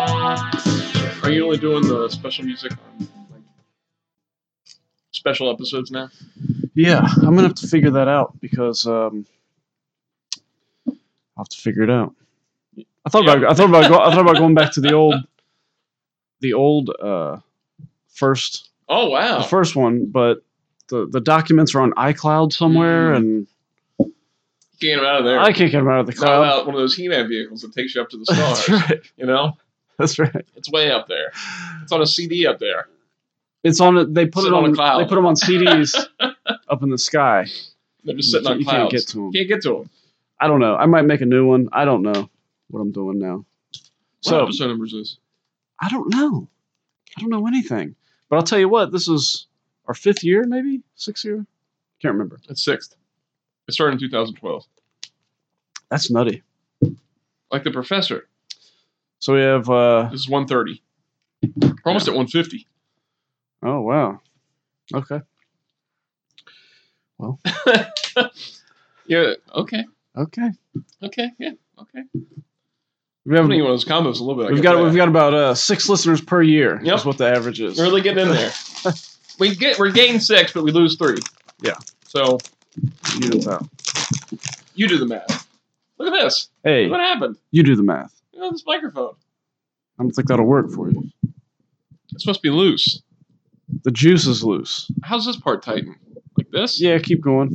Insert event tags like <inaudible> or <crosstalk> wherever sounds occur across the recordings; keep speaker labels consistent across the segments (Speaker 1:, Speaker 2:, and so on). Speaker 1: Are you only doing the special music on like, special episodes now?
Speaker 2: Yeah, I'm gonna have to figure that out because um, I'll have to figure it out. I thought about I thought about go, I thought about going back to the old the old uh, first
Speaker 1: Oh
Speaker 2: the
Speaker 1: wow!
Speaker 2: first one, but the the documents are on iCloud somewhere, and
Speaker 1: Getting them out of Mm-hmm. there.
Speaker 2: I can't get them out of the <laughs>
Speaker 1: Call
Speaker 2: cloud.
Speaker 1: out one of those He-Man vehicles that takes you up to the
Speaker 2: That's
Speaker 1: stars.
Speaker 2: right.
Speaker 1: you know,
Speaker 2: That's right.
Speaker 1: it's way up there. It's on a CD up there.
Speaker 2: It's on. it. They put
Speaker 1: Sit
Speaker 2: it
Speaker 1: on
Speaker 2: on.
Speaker 1: a cloud.
Speaker 2: They put them on CDs
Speaker 1: <laughs>
Speaker 2: up in the sky.
Speaker 1: They're just sitting
Speaker 2: You
Speaker 1: on
Speaker 2: can't- you
Speaker 1: clouds.
Speaker 2: can't get to 'em.
Speaker 1: Can't get to 'em.
Speaker 2: I don't know. I might make a new one. I don't know what I'm doing now.
Speaker 1: What
Speaker 2: So-
Speaker 1: episode numbers is
Speaker 2: I don't know. I don't know anything. But I'll tell you what. This is our fifth year, maybe sixth year. Can't remember.
Speaker 1: it's sixth. It started in 2012.
Speaker 2: That's nutty.
Speaker 1: Like the professor,
Speaker 2: So we have. uh
Speaker 1: this is 130. We're almost at 150.
Speaker 2: Oh wow. Okay.
Speaker 1: Yeah. Okay.
Speaker 2: Okay.
Speaker 1: Okay. Yeah. Okay.
Speaker 2: We
Speaker 1: I'm
Speaker 2: have.
Speaker 1: gonna get one of those combos a little bit. I
Speaker 2: We've
Speaker 1: get
Speaker 2: got
Speaker 1: that.
Speaker 2: we've got about uh, six listeners per year.
Speaker 1: Yep.
Speaker 2: Is what the average is.
Speaker 1: We're really getting in
Speaker 2: <laughs>
Speaker 1: there. we get we're gaining six, but we lose three.
Speaker 2: Yeah.
Speaker 1: So
Speaker 2: You do the math.
Speaker 1: you do the math. Look at this.
Speaker 2: Hey,
Speaker 1: What happened?
Speaker 2: you do the math.
Speaker 1: You know, this microphone.
Speaker 2: I don't think that'll work for you.
Speaker 1: It's supposed to be loose.
Speaker 2: The juice is loose.
Speaker 1: How's this part tighten? Like this?
Speaker 2: Yeah, keep going.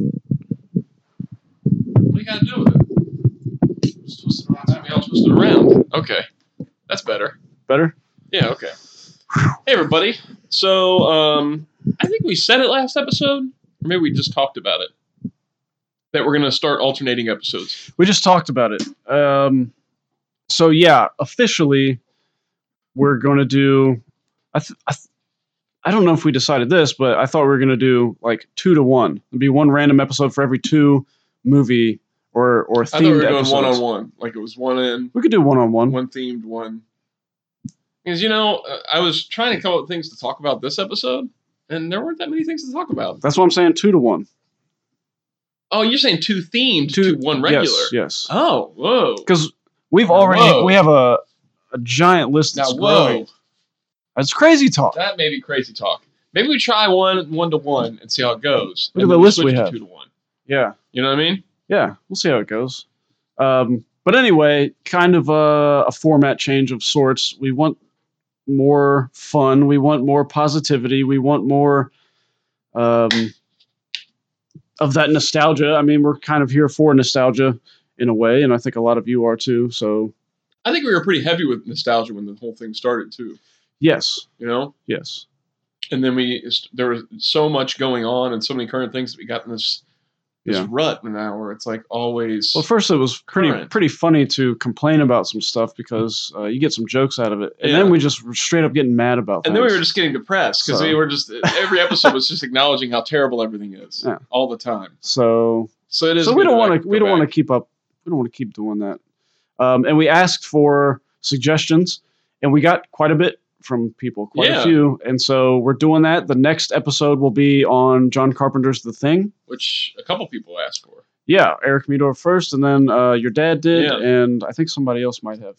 Speaker 1: What do you gotta do with it? Just twist it around. Something else twist it around. Okay. That's better.
Speaker 2: Better?
Speaker 1: Yeah, okay. Hey everybody. So um I think we said it last episode, or maybe we just talked about it. That we're gonna start alternating episodes.
Speaker 2: We just talked about it. Um, so yeah, officially, we're going to do. I, th- I, th- I don't know if we decided this, but I thought we were going to do like two to one. It'd be one random episode for every two movie or or
Speaker 1: I thought we were
Speaker 2: themed
Speaker 1: doing
Speaker 2: episodes.
Speaker 1: one on one. Like it was one in,
Speaker 2: We could do one on one.
Speaker 1: one themed, one. Because you know, uh, I was trying to come up with things to talk about this episode, and there weren't that many things to talk about.
Speaker 2: That's what I'm saying. Two to one.
Speaker 1: Oh, you're saying two themed,
Speaker 2: Two-
Speaker 1: two one regular.
Speaker 2: Yes. Yes.
Speaker 1: Oh, whoa.
Speaker 2: Because we've
Speaker 1: Now,
Speaker 2: already
Speaker 1: whoa.
Speaker 2: we have a a giant list
Speaker 1: Now,
Speaker 2: that's
Speaker 1: whoa,
Speaker 2: growing. That's crazy talk.
Speaker 1: that may be crazy talk. Maybe we try one one to one and see how it goes.
Speaker 2: Look at
Speaker 1: and
Speaker 2: the
Speaker 1: then
Speaker 2: list we
Speaker 1: switch to
Speaker 2: have.
Speaker 1: Two to one.
Speaker 2: Yeah.
Speaker 1: You know what I mean?
Speaker 2: yeah, we'll see how it goes. Um, but anyway, kind of a, a format change of sorts. We want more fun. We want more positivity. We want more um, of that nostalgia. I mean, we're kind of here for nostalgia in a way, and I think a lot of you are too. So,
Speaker 1: I think we were pretty heavy with nostalgia when the whole thing started too.
Speaker 2: yes,
Speaker 1: You know,
Speaker 2: yes,
Speaker 1: and then we there was so much going on and so many current things that we got in this this
Speaker 2: yeah.
Speaker 1: rut now where it's like always.
Speaker 2: Well, first it was pretty
Speaker 1: Current.
Speaker 2: pretty funny to complain about some stuff because uh, you get some jokes out of it, and
Speaker 1: Yeah.
Speaker 2: then we just were straight up getting mad about.
Speaker 1: and then we
Speaker 2: things.
Speaker 1: were just getting depressed because
Speaker 2: So-
Speaker 1: we were just every episode was just acknowledging how terrible everything is
Speaker 2: Yeah.
Speaker 1: all the time.
Speaker 2: so
Speaker 1: So it is.
Speaker 2: so we
Speaker 1: good
Speaker 2: don't
Speaker 1: to
Speaker 2: want
Speaker 1: go
Speaker 2: to we don't
Speaker 1: back.
Speaker 2: want to keep up we don't want to keep doing that um, and we asked for suggestions and we got quite a bit from people quite
Speaker 1: Yeah.
Speaker 2: a few and so we're doing that the next episode will be on john carpenter's the thing
Speaker 1: which a couple people asked for.
Speaker 2: yeah eric Medor first and then uh, your dad did
Speaker 1: Yeah.
Speaker 2: and i think somebody else might have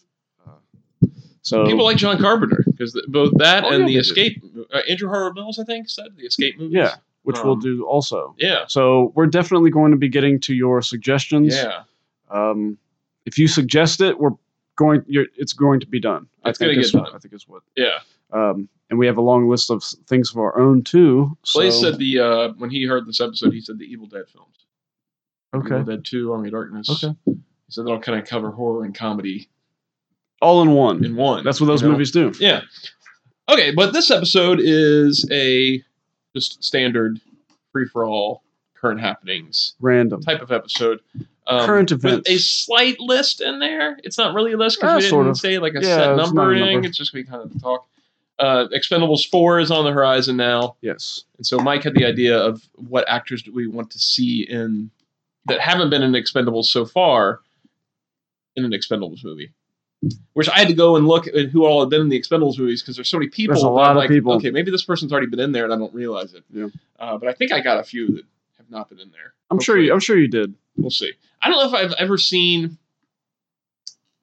Speaker 2: Uh, so
Speaker 1: People like John Carpenter because both that
Speaker 2: Oh,
Speaker 1: and
Speaker 2: yeah,
Speaker 1: the
Speaker 2: they do.
Speaker 1: Escape, uh, Andrew Howard Mills, I think, said the Escape movies.
Speaker 2: yeah which we'll
Speaker 1: um,
Speaker 2: do also
Speaker 1: yeah,
Speaker 2: so we're definitely going to be getting to your suggestions
Speaker 1: yeah.
Speaker 2: um, if you suggest it, we're going. You're, it's going to be done.
Speaker 1: It's gonna
Speaker 2: is
Speaker 1: get
Speaker 2: what-
Speaker 1: done.
Speaker 2: I think is what.
Speaker 1: yeah.
Speaker 2: Um, and we have a long list of s- things of our own too. So,
Speaker 1: Blaze said the uh, when he heard this episode, he said the Evil Dead films.
Speaker 2: okay,
Speaker 1: Evil Dead Two, Army of Darkness.
Speaker 2: Okay.
Speaker 1: He said that'll kind of cover horror and comedy
Speaker 2: all in one.
Speaker 1: in one.
Speaker 2: That's what those
Speaker 1: you know?
Speaker 2: movies do.
Speaker 1: Yeah. Okay, but this episode is a just standard free for all current happenings
Speaker 2: Random.
Speaker 1: type of episode. Um,
Speaker 2: Current
Speaker 1: With
Speaker 2: events.
Speaker 1: a slight list in there. It's not really a list because
Speaker 2: Ah,
Speaker 1: we didn't
Speaker 2: sort of.
Speaker 1: say like a
Speaker 2: Yeah,
Speaker 1: set
Speaker 2: it's not a
Speaker 1: number or anything.
Speaker 2: number.
Speaker 1: It's just going to be kind of talk. Uh, Expendables 4 is on the horizon now.
Speaker 2: yes.
Speaker 1: And so Mike had the idea of what actors do we want to see in that haven't been in Expendables so far in an Expendables movie. Which I had to go and look at who all had been in the Expendables movies because there's so many people.
Speaker 2: There's a
Speaker 1: that I'm
Speaker 2: lot of
Speaker 1: like,
Speaker 2: people.
Speaker 1: Okay, maybe this person's already been in there and I don't realize it.
Speaker 2: Yeah.
Speaker 1: Uh, but I think I got a few that have not been in there.
Speaker 2: I'm sure
Speaker 1: Hopefully
Speaker 2: you. I'm sure you did.
Speaker 1: we'll see. I don't know if I've ever seen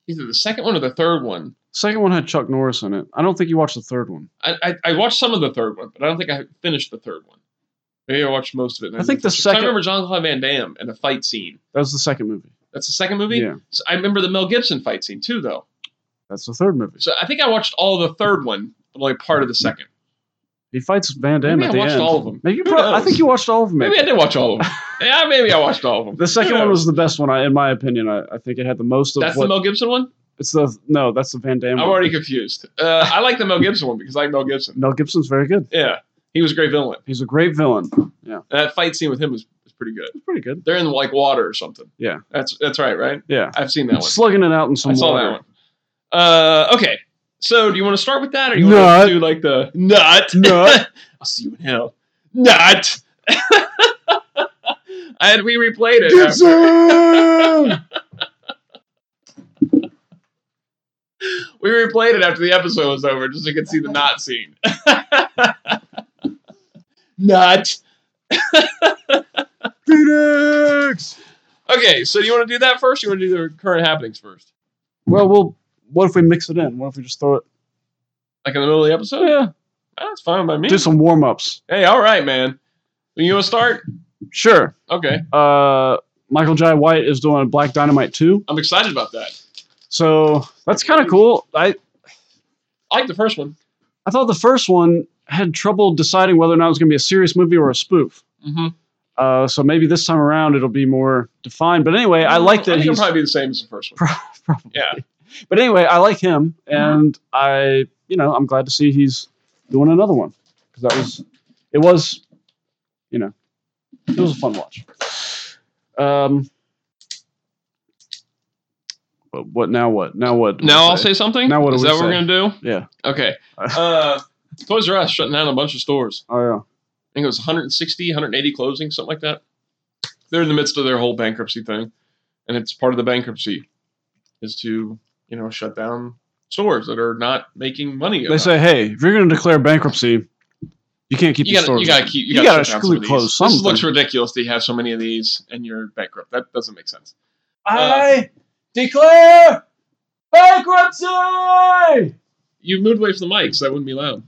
Speaker 1: either the second one or the third one.
Speaker 2: Second one had Chuck Norris in it. I don't think you watched the third one.
Speaker 1: I, I, I watched some of the third one, but I don't think I finished the third one. Maybe I watched most of it. and
Speaker 2: I think
Speaker 1: didn't
Speaker 2: the
Speaker 1: finish it. So
Speaker 2: second-
Speaker 1: I remember John Claude Van Damme and the fight scene.
Speaker 2: That was the second movie.
Speaker 1: That's the second movie.
Speaker 2: Yeah,
Speaker 1: So I remember the Mel Gibson fight scene too, though.
Speaker 2: that's the third movie.
Speaker 1: So I think I watched all of the third one, but only part of the second.
Speaker 2: He fights Van Damme
Speaker 1: Maybe
Speaker 2: at
Speaker 1: I
Speaker 2: the
Speaker 1: watched
Speaker 2: end.
Speaker 1: all of them.
Speaker 2: Maybe you
Speaker 1: Who
Speaker 2: probably, I
Speaker 1: knows?
Speaker 2: think you watched all of them.
Speaker 1: Maybe I did watch all of
Speaker 2: <laughs>
Speaker 1: them. yeah, maybe I watched all of them.
Speaker 2: The second
Speaker 1: Who
Speaker 2: one
Speaker 1: knows?
Speaker 2: was the best one, I, in my opinion. I, I think it had the most of
Speaker 1: that's
Speaker 2: what.
Speaker 1: the Mel Gibson one.
Speaker 2: it's the no, that's the Van Damme.
Speaker 1: I'm
Speaker 2: one.
Speaker 1: already confused. Uh, I like the Mel Gibson one because I like Mel Gibson.
Speaker 2: Mel Gibson's very good.
Speaker 1: Yeah, he was a great villain.
Speaker 2: He's a great villain.
Speaker 1: And that fight scene with him was, was pretty good.
Speaker 2: It's pretty good.
Speaker 1: They're in like water or something.
Speaker 2: Yeah.
Speaker 1: that's that's right, right?
Speaker 2: Yeah,
Speaker 1: I've seen that one.
Speaker 2: slugging it out in some
Speaker 1: I saw
Speaker 2: water.
Speaker 1: that one. Uh, okay, so do you want to start with that, or do you
Speaker 2: Nut.
Speaker 1: want to do like the nut? <laughs>
Speaker 2: <laughs> Nut.
Speaker 1: I'll see you in hell. <laughs> Nut. and we replayed it. after-
Speaker 2: Gibson.
Speaker 1: We replayed it after the episode was over, just so you could see the knot scene. <laughs> Nut. <laughs>
Speaker 2: Phoenix.
Speaker 1: Okay, so do you want to do that first? Or you want to do the current happenings first,
Speaker 2: Well, well, what if we mix it in? What if we just throw it?
Speaker 1: like in the middle of the episode?
Speaker 2: Yeah,
Speaker 1: That's fine by me.
Speaker 2: do some warm ups.
Speaker 1: hey, all right, man. You want to start?
Speaker 2: Sure.
Speaker 1: Okay,
Speaker 2: Uh, Michael Jai White is doing Black Dynamite 2.
Speaker 1: I'm excited about that.
Speaker 2: So that's kind of cool. I,
Speaker 1: I like the first one.
Speaker 2: I thought the first one had trouble deciding whether or not it was going to be a serious movie or a spoof.
Speaker 1: Mm-hmm.
Speaker 2: Uh, so maybe this time around it'll be more defined. But anyway, I like that
Speaker 1: I think it'll
Speaker 2: he's.
Speaker 1: probably be the same as the first one.
Speaker 2: probably.
Speaker 1: Yeah.
Speaker 2: But anyway, I like him, and I, you know, I'm glad to see he's doing another one because that was, it was, you know, it was a fun watch. Um, but what now? What now? What do we
Speaker 1: Now I'll say something.
Speaker 2: Now what do
Speaker 1: is
Speaker 2: we
Speaker 1: that what
Speaker 2: say?
Speaker 1: we're gonna do?
Speaker 2: Yeah. <laughs>
Speaker 1: Okay. Uh, Toys R Us shutting down a bunch of stores.
Speaker 2: Oh yeah.
Speaker 1: I think it was 160, 180 closings, something like that. They're in the midst of their whole bankruptcy thing, and it's part of the bankruptcy is to you know shut down stores that are not making money.
Speaker 2: They
Speaker 1: enough.
Speaker 2: say, hey, if you're going to declare bankruptcy, you can't keep
Speaker 1: you
Speaker 2: your
Speaker 1: gotta,
Speaker 2: stores.
Speaker 1: you gotta
Speaker 2: open.
Speaker 1: keep you,
Speaker 2: You
Speaker 1: gotta,
Speaker 2: gotta
Speaker 1: shut down
Speaker 2: screw
Speaker 1: some of these.
Speaker 2: close
Speaker 1: This
Speaker 2: something.
Speaker 1: looks ridiculous. That you have so many of these and you're bankrupt. That doesn't make sense. uh,
Speaker 2: I declare bankruptcy.
Speaker 1: You moved away from the mic, so that wouldn't be loud.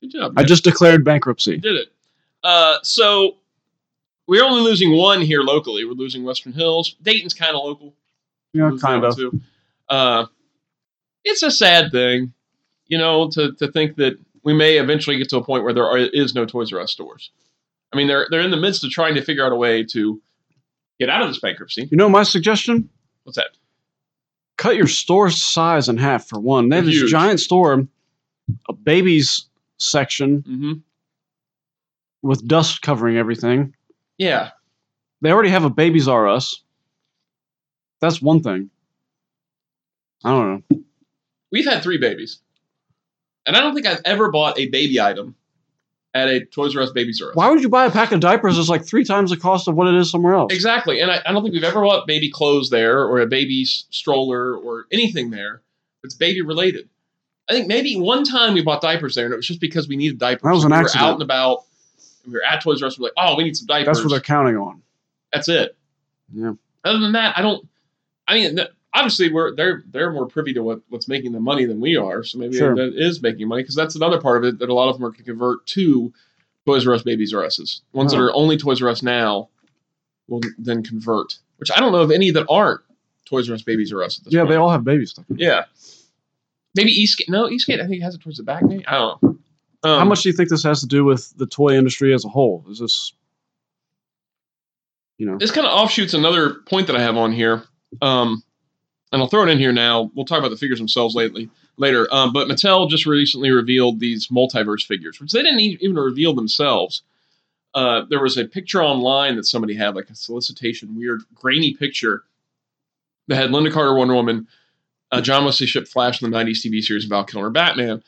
Speaker 1: Good job.
Speaker 2: I
Speaker 1: man.
Speaker 2: just declared
Speaker 1: You
Speaker 2: bankruptcy.
Speaker 1: did it. Uh, so we're only losing one here locally. We're losing Western Hills. Dayton's kind of local.
Speaker 2: Yeah,
Speaker 1: Losing
Speaker 2: kind
Speaker 1: that
Speaker 2: of.
Speaker 1: one, too. Uh, it's a sad thing, you know, to, to think that we may eventually get to a point where there are, is no Toys R Us stores. I mean, they're they're in the midst of trying to figure out a way to get out of this bankruptcy.
Speaker 2: You know my suggestion?
Speaker 1: What's that?
Speaker 2: cut your store size in half for one. They have this
Speaker 1: Huge.
Speaker 2: giant store, a baby's section
Speaker 1: hmm
Speaker 2: with dust covering everything.
Speaker 1: Yeah,
Speaker 2: They already have a Babies R Us. That's one thing. I don't know.
Speaker 1: we've had three babies, and I don't think I've ever bought a baby item at a Toys R Us Babies R Us.
Speaker 2: Why would you buy a pack of diapers that's like three times the cost of what it is somewhere else?
Speaker 1: Exactly. And I, I don't think we've ever bought baby clothes there or a baby s- stroller or anything there that's baby related. I think maybe one time we bought diapers there and it was just because we needed diapers.
Speaker 2: That was an
Speaker 1: we
Speaker 2: accident.
Speaker 1: were out and about. We were at Toys R Us. We're like, oh, we need some diapers.
Speaker 2: That's what they're counting on.
Speaker 1: That's it.
Speaker 2: Yeah.
Speaker 1: Other than that, I don't. I mean, th- obviously, we're they're they're more privy to what, what's making them money than we are. So maybe
Speaker 2: Sure.
Speaker 1: that is making money because that's another part of it that a lot of them are going to convert to Toys R Us Babies R Us's. Ones that
Speaker 2: Oh.
Speaker 1: are only Toys R Us now will then convert. Which I don't know of any that aren't Toys R Us Babies R Us. At this
Speaker 2: Yeah,
Speaker 1: point.
Speaker 2: they all have baby stuff.
Speaker 1: Yeah. Maybe Eastgate. No, Eastgate. I think has it towards the back. Maybe I don't know. Um,
Speaker 2: How much do you think this has to do with the toy industry as a whole? Is this, you know,
Speaker 1: this kind of offshoots another point that I have on here, um, and I'll throw it in here now. We'll talk about the figures themselves lately later. Um, but Mattel just recently revealed these multiverse figures, which they didn't e- even reveal themselves. Uh, there was a picture online that somebody had, like a solicitation, weird, grainy picture that had Linda Carter, Wonder Woman, uh, John Wesley Ship, Flash in the '90s TV series, and Val Kilmer, Batman.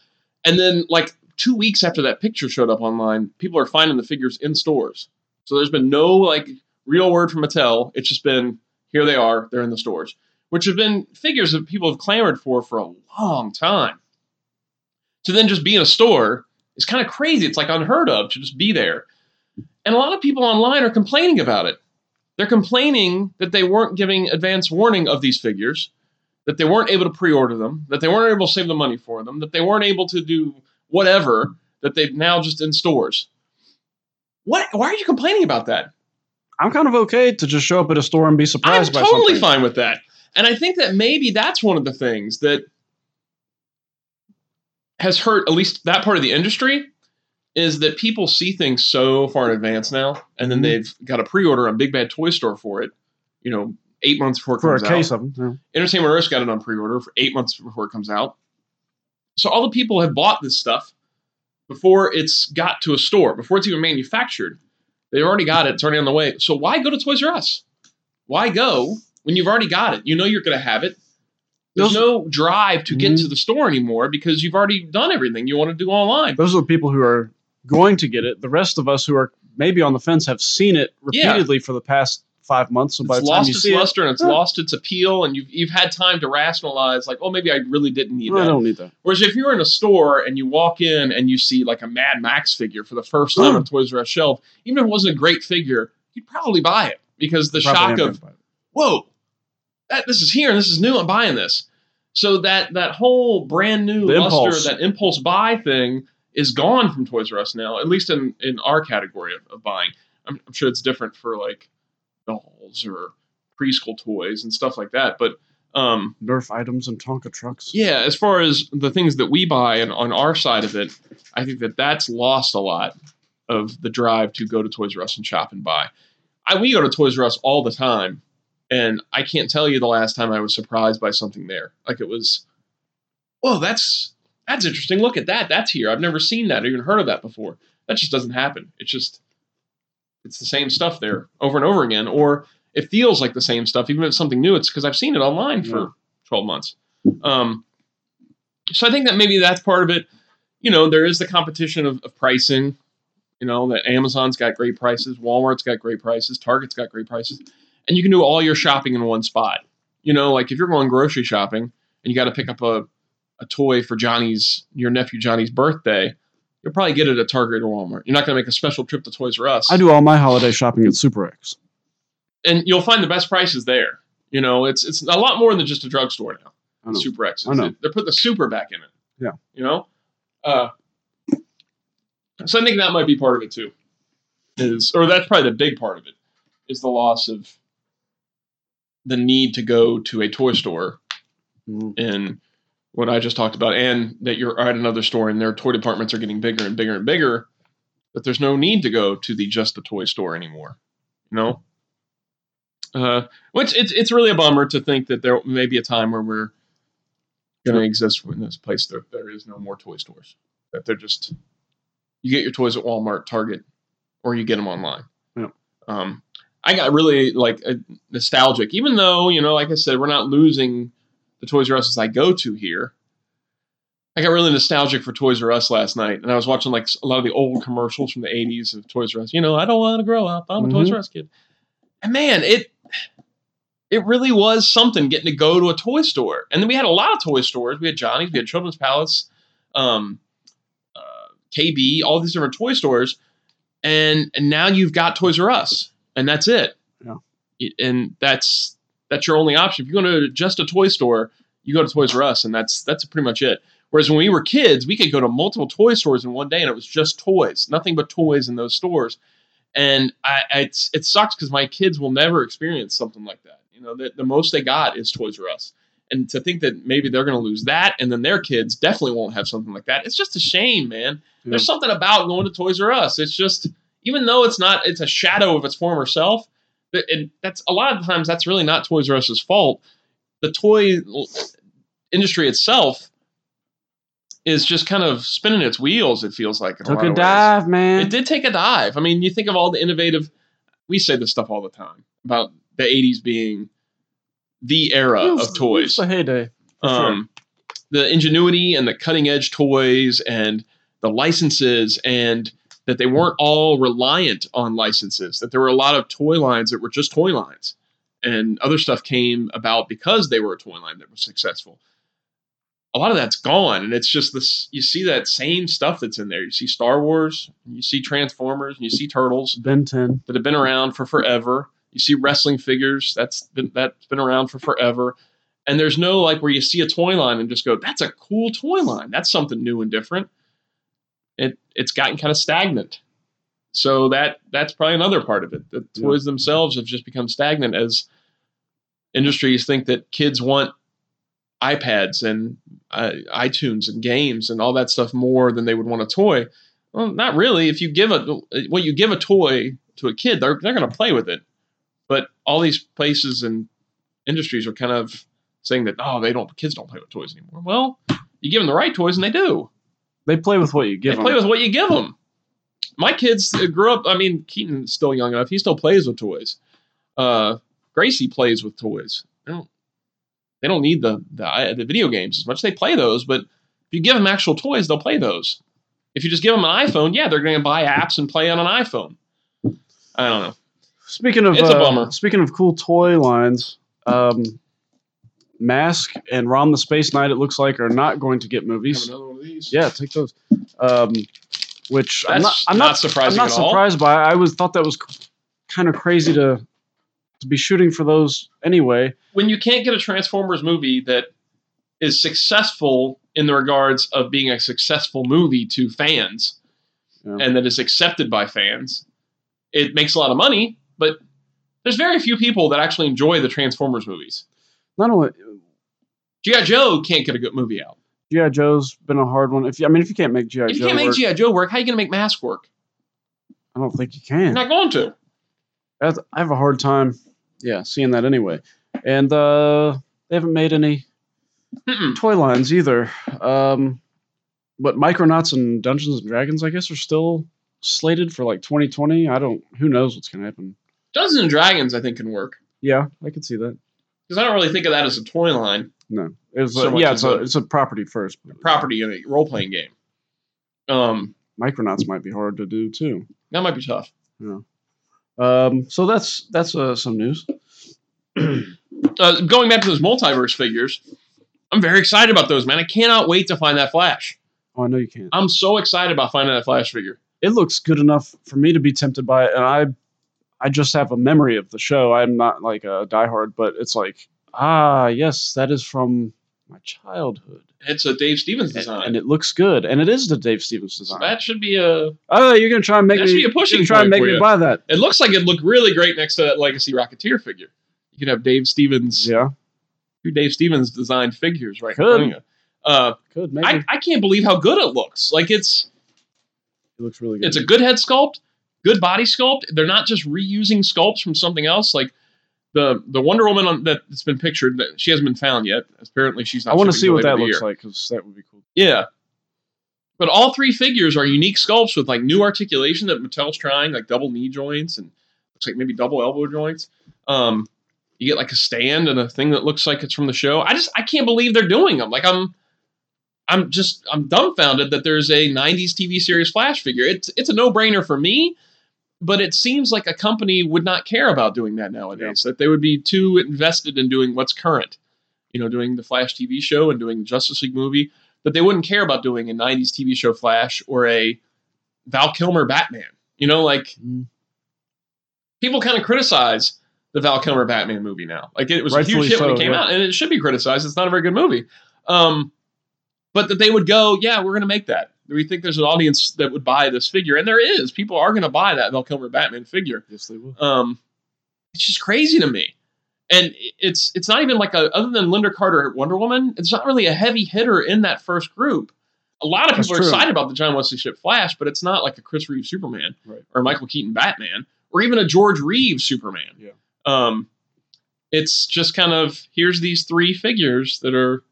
Speaker 1: And then, like two weeks after that picture showed up online, people are finding the figures in stores. So there's been no like real word from Mattel. It's just been here they are. They're in the stores, which have been figures that people have clamored for for a long time. To then just be in a store is kind of crazy. It's like unheard of to just be there. And a lot of people online are complaining about it. They're complaining that they weren't giving advance warning of these figures that they weren't able to pre-order them, that they weren't able to save the money for them, that they weren't able to do whatever that they've now just in stores. What? Why are you complaining about that?
Speaker 2: I'm kind of okay to just show up at a store and be
Speaker 1: I'm
Speaker 2: surprised by
Speaker 1: totally
Speaker 2: something.
Speaker 1: fine with that. And I think that maybe that's one of the things that has hurt at least that part of the industry is that people see things so far in advance now, and then
Speaker 2: Mhm.
Speaker 1: they've got a pre-order on Big Bad Toy Store for it, you know, eight months before it
Speaker 2: for a
Speaker 1: comes out.
Speaker 2: case of them.
Speaker 1: Entertainment Earth got it on pre-order for eight months before it comes out. So all the people have bought this stuff before it's got to a store, before it's even manufactured. They've already got it. It's already on the way. So why go to Toys R Us? Why go when you've already got it? You know you're going to have it. There's
Speaker 2: Those-
Speaker 1: no drive to get
Speaker 2: Mhm.
Speaker 1: to the store anymore because you've already done everything you want to do online.
Speaker 2: Those are the people who are going to get it. The rest of us who are maybe on the fence have seen it
Speaker 1: Yeah.
Speaker 2: repeatedly for the past five months. So by
Speaker 1: it's
Speaker 2: the time
Speaker 1: lost
Speaker 2: you
Speaker 1: its
Speaker 2: see it,
Speaker 1: luster and it's
Speaker 2: Huh.
Speaker 1: lost its appeal, and you've you've had time to rationalize like, oh, maybe I really didn't need
Speaker 2: "Oh, I
Speaker 1: that.
Speaker 2: don't need that.
Speaker 1: Whereas if you're in a store and you walk in and you see like a Mad Max figure for the first time
Speaker 2: Mm.
Speaker 1: on a Toys R Us shelf, even if it wasn't a great figure, you'd probably buy it because the
Speaker 2: Probably
Speaker 1: shock
Speaker 2: am
Speaker 1: of
Speaker 2: gonna buy it.
Speaker 1: whoa, that, this is here and this is new. I'm buying this. So that that whole brand new
Speaker 2: The
Speaker 1: luster,
Speaker 2: impulse.
Speaker 1: that impulse buy thing is gone from Toys R Us now, at least in in our category of, of buying. I'm, I'm sure it's different for like dolls or preschool toys and stuff like that, but um,
Speaker 2: Nerf items and Tonka trucks.
Speaker 1: yeah, as far as the things that we buy and on our side of it, I think that that's lost a lot of the drive to go to Toys R Us and shop and buy. I we go to Toys R Us all the time, and I can't tell you the last time I was surprised by something there. Like it was, whoa, Oh, that's that's interesting. Look at that. That's here. I've never seen that or even heard of that before. That just doesn't happen. It's just it's the same stuff there over and over again, or it feels like the same stuff, even if it's something new. It's because I've seen it online
Speaker 2: Yeah.
Speaker 1: for twelve months. Um, so I think that maybe that's part of it. You know, there is the competition of, of pricing. You know that Amazon's got great prices, Walmart's got great prices, Target's got great prices, and you can do all your shopping in one spot. You know, like if you're going grocery shopping and you got to pick up a, a toy for Johnny's your nephew Johnny's birthday, you'll probably get it at Target or Walmart. You're not going to make a special trip to Toys R Us
Speaker 2: I do all my holiday shopping at Super X.
Speaker 1: and you'll find the best prices there. You know, it's it's a lot more than just a drugstore now.
Speaker 2: I don't know.
Speaker 1: Super X.
Speaker 2: I know.
Speaker 1: They're putting the super back in it.
Speaker 2: Yeah.
Speaker 1: You know? Uh, so I think that might be part of it too. Is or that's probably the big part of it, is the loss of the need to go to a toy store
Speaker 2: Mm.
Speaker 1: in what I just talked about, and that you're at another store and their toy departments are getting bigger and bigger and bigger, that there's no need to go to the just the toy store anymore. You know? Uh, which it's it's really a bummer to think that there may be a time where we're going to exist in this place that there is no more toy stores. That they're just you get your toys at Walmart, Target, or you get them online.
Speaker 2: Yeah.
Speaker 1: Um, I got really like uh, nostalgic, even though you know, like I said, we're not losing the Toys R Us I go to here. I got really nostalgic for Toys R Us last night, and I was watching like a lot of the old commercials from the '80s of Toys R Us. You know, I don't want to grow up. I'm a Toys
Speaker 2: Mhm.
Speaker 1: R Us kid, and man, it it really was something getting to go to a toy store. And then we had a lot of toy stores. We had Johnny's, we had Children's Palace, um, uh, KB, all these different toy stores. And, and now you've got Toys R Us, and that's it.
Speaker 2: Yeah.
Speaker 1: Y- And that's that's your only option. If you're going to just a toy store, you go to Toys R Us, and that's that's pretty much it. Whereas when we were kids, we could go to multiple toy stores in one day, and it was just toys, nothing but toys in those stores. And I, I it's, it sucks because my kids will never experience something like that. You know, the, the most they got is Toys R Us, and to think that maybe they're going to lose that, and then their kids definitely won't have something like that. It's just a shame, man. There's something about going to Toys R Us. It's just even though it's not, it's a shadow of its former self. that- And that's a lot of times that's really not Toys R Us's fault the toy l- industry itself is just kind of spinning its wheels. It feels like in
Speaker 2: Took
Speaker 1: lot
Speaker 2: a
Speaker 1: of ways.
Speaker 2: dive, man.
Speaker 1: It did take a dive. I mean, you think of all the innovative. We say this stuff all the time about the '80s being the era
Speaker 2: It was-
Speaker 1: of toys
Speaker 2: It's a heyday. for sure.
Speaker 1: um, the ingenuity and the cutting edge toys and the licenses and that they weren't all reliant on licenses that there were a lot of toy lines that were just toy lines and other stuff came about because they were a toy line that was successful a lot of that's gone and it's just this you see that same stuff that's in there you see star wars and you see transformers and you see turtles
Speaker 2: Ben 10.
Speaker 1: that have been around for forever. You see wrestling figures that's been that's been around for forever, And there's no like where you see a toy line and just go, that's a cool toy line. That's something new and different. It it's gotten kind of stagnant. So that that's probably another part of it. The
Speaker 2: Yeah.
Speaker 1: toys themselves have just become stagnant as industries think that kids want iPads and uh, iTunes and games and all that stuff more than they would want a toy. Well, not really. If you give a well, you give a toy to a kid, they're they're going to play with it. But all these places and industries are kind of saying that oh, they don't kids don't play with toys anymore. Well, you give them the right toys and they do.
Speaker 2: They play with what you give
Speaker 1: They
Speaker 2: them.
Speaker 1: play with what you <laughs> give them. My kids uh, grew up. I mean, Keaton's still young enough. He still plays with toys. Uh, Gracie plays with toys. They don't, they don't need the, the the video games as much. They play those, but if you give them actual toys, they'll play those. If you just give them an iPhone, yeah, they're going to buy apps and play on an iPhone. I don't know.
Speaker 2: Speaking of
Speaker 1: It's a
Speaker 2: uh,
Speaker 1: bummer.
Speaker 2: Speaking of cool toy lines, um, Mask and Rom the Space Knight. It looks like are not going to get movies.
Speaker 1: another one of these.
Speaker 2: Yeah, take those. Um, which
Speaker 1: that's
Speaker 2: I'm not. I'm not, I'm
Speaker 1: surprising
Speaker 2: not
Speaker 1: at all.
Speaker 2: surprised by. I was thought that was kind of crazy to to be shooting for those anyway.
Speaker 1: when you can't get a Transformers movie that is successful in the regards of being a successful movie to fans
Speaker 2: Yeah.
Speaker 1: and that is accepted by fans, it makes a lot of money, but there's very few people that actually enjoy the Transformers movies.
Speaker 2: Not only
Speaker 1: G.I. Joe can't get a good movie out.
Speaker 2: GI Joe's been a hard one. If you, I mean, if you can't make GI
Speaker 1: if you
Speaker 2: Joe,
Speaker 1: can't make
Speaker 2: work,
Speaker 1: G.I. Joe work, how are you going to make Mask work?
Speaker 2: I don't think you
Speaker 1: You're
Speaker 2: can.
Speaker 1: not going to.
Speaker 2: That's, I have a hard time, yeah, seeing that anyway. And uh, they haven't made any
Speaker 1: Mm-mm.
Speaker 2: toy lines either. Um, but Micronauts and Dungeons and Dragons, I guess, are still slated for like 2020. I don't. Who knows what's gonna happen?
Speaker 1: Dungeons and Dragons, I think, can work
Speaker 2: Yeah, I could see that.
Speaker 1: because I don't really think of that as a toy line.
Speaker 2: No, it was
Speaker 1: So
Speaker 2: a,
Speaker 1: much
Speaker 2: yeah,
Speaker 1: is
Speaker 2: it's a,
Speaker 1: a-
Speaker 2: it's a property first.
Speaker 1: Property in a role playing game. Um,
Speaker 2: Micronauts might be hard to do too.
Speaker 1: that might be tough.
Speaker 2: Um, so that's that's uh, some news.
Speaker 1: uh, going back to those multiverse figures, I'm very excited about those, man. I cannot wait to find that Flash.
Speaker 2: Oh, I know you can't.
Speaker 1: I'm so excited about finding that Flash figure.
Speaker 2: it looks good enough for me to be tempted by it, and I I just have a memory of the show. I'm not like a diehard, but it's like ah yes, that is from my childhood,
Speaker 1: It's a Dave Stevens
Speaker 2: and,
Speaker 1: design.
Speaker 2: and it looks good, and it is the Dave Stevens
Speaker 1: So
Speaker 2: design.
Speaker 1: that should be a.
Speaker 2: oh, you're gonna try and make
Speaker 1: that
Speaker 2: me
Speaker 1: should be a pushing
Speaker 2: you're gonna try and
Speaker 1: point
Speaker 2: make
Speaker 1: for
Speaker 2: me
Speaker 1: you.
Speaker 2: buy that?
Speaker 1: It looks like it'd look really great next to that Legacy Rocketeer figure. You could have Dave Stevens,
Speaker 2: Yeah,
Speaker 1: two Dave Stevens designed figures right in
Speaker 2: Could.
Speaker 1: front of you. Uh,
Speaker 2: could maybe
Speaker 1: I, I can't believe how good it looks. Like it's
Speaker 2: it looks really good.
Speaker 1: it's a good head sculpt, good body sculpt. They're not just reusing sculpts from something else. Like the the Wonder Woman on, that's been pictured, that she hasn't been found yet. Apparently, she's not.
Speaker 2: I want to
Speaker 1: shipping
Speaker 2: see
Speaker 1: till
Speaker 2: what
Speaker 1: later
Speaker 2: that
Speaker 1: in the
Speaker 2: looks
Speaker 1: year.
Speaker 2: like because that would be cool.
Speaker 1: Yeah. But all three figures are unique sculpts with like new articulation that Mattel's trying, like double knee joints and looks like maybe double elbow joints. Um, you get like a stand and a thing that looks like it's from the show. I just I can't believe they're doing them. Like I'm, I'm just I'm dumbfounded that there's a '90s TV series Flash figure. It's it's a no brainer for me, but it seems like a company would not care about doing that nowadays. That they would be too invested in doing what's current, you know, doing the Flash TV show and doing the Justice League movie that they wouldn't care about doing a 90s TV show Flash or a Val Kilmer Batman. You know, like
Speaker 2: Mm.
Speaker 1: people kind of criticize the Val Kilmer Batman movie now. Like it was a
Speaker 2: Rightfully
Speaker 1: huge hit when
Speaker 2: so,
Speaker 1: it came
Speaker 2: yeah.
Speaker 1: out, and it should be criticized. It's not a very good movie. Um, but that they would go, yeah, we're going to make that. We think there's an audience that would buy this figure, and there is. People are going to buy that Val Kilmer Batman figure.
Speaker 2: Yes, they will.
Speaker 1: Um, it's just crazy to me. And it's it's not even like a other than Linda Carter at Wonder Woman, it's not really a heavy hitter in that first group. A lot of
Speaker 2: That's
Speaker 1: people are
Speaker 2: true.
Speaker 1: excited about the John Wesley Ship Flash, but it's not like a Chris Reeve Superman
Speaker 2: Right.
Speaker 1: or a Michael Keaton Batman or even a George Reeve Superman.
Speaker 2: Yeah.
Speaker 1: Um, it's just kind of here's these three figures that are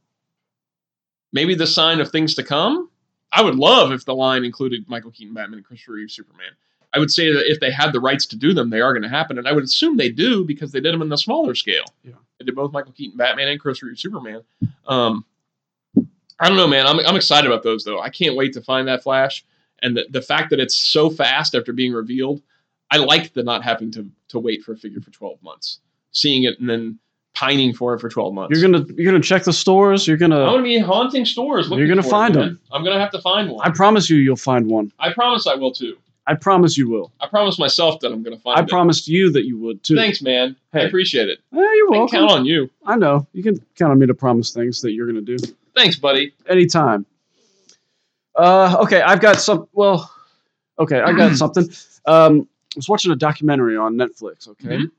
Speaker 1: maybe the sign of things to come. I would love if the line included Michael Keaton Batman and Christopher Reeve Superman. I would say that if they had the rights to do them, they are going to happen, and I would assume they do because they did them in the smaller scale.
Speaker 2: Yeah.
Speaker 1: They did both Michael Keaton Batman and Christopher Reeve Superman. Um, I don't know, man. I'm I'm excited about those though. I can't wait to find that Flash, and the, the fact that it's so fast after being revealed, I like the not having to to wait for a figure for 12 months, seeing it and then pining for it for 12 months.
Speaker 2: You're gonna you're gonna check the stores. You're
Speaker 1: I'm
Speaker 2: gonna.
Speaker 1: gonna be haunting stores.
Speaker 2: You're
Speaker 1: looking
Speaker 2: gonna
Speaker 1: for
Speaker 2: find
Speaker 1: it, man.
Speaker 2: them.
Speaker 1: I'm gonna have to find one.
Speaker 2: I promise you, you'll find one.
Speaker 1: I promise I will too.
Speaker 2: I promise you will.
Speaker 1: I promised myself that I'm going to find
Speaker 2: I
Speaker 1: it.
Speaker 2: promised you that you would too.
Speaker 1: Thanks, man. I
Speaker 2: Hey.
Speaker 1: appreciate it.
Speaker 2: Eh, you're
Speaker 1: I can
Speaker 2: welcome.
Speaker 1: count on you.
Speaker 2: I know. You can count on me to promise things that you're going to do
Speaker 1: Thanks, buddy.
Speaker 2: anytime. Uh, okay, I've got some. Well, okay,
Speaker 1: <clears throat>
Speaker 2: I've got something. Um, I was watching a documentary on Netflix. Okay,
Speaker 1: Mhm.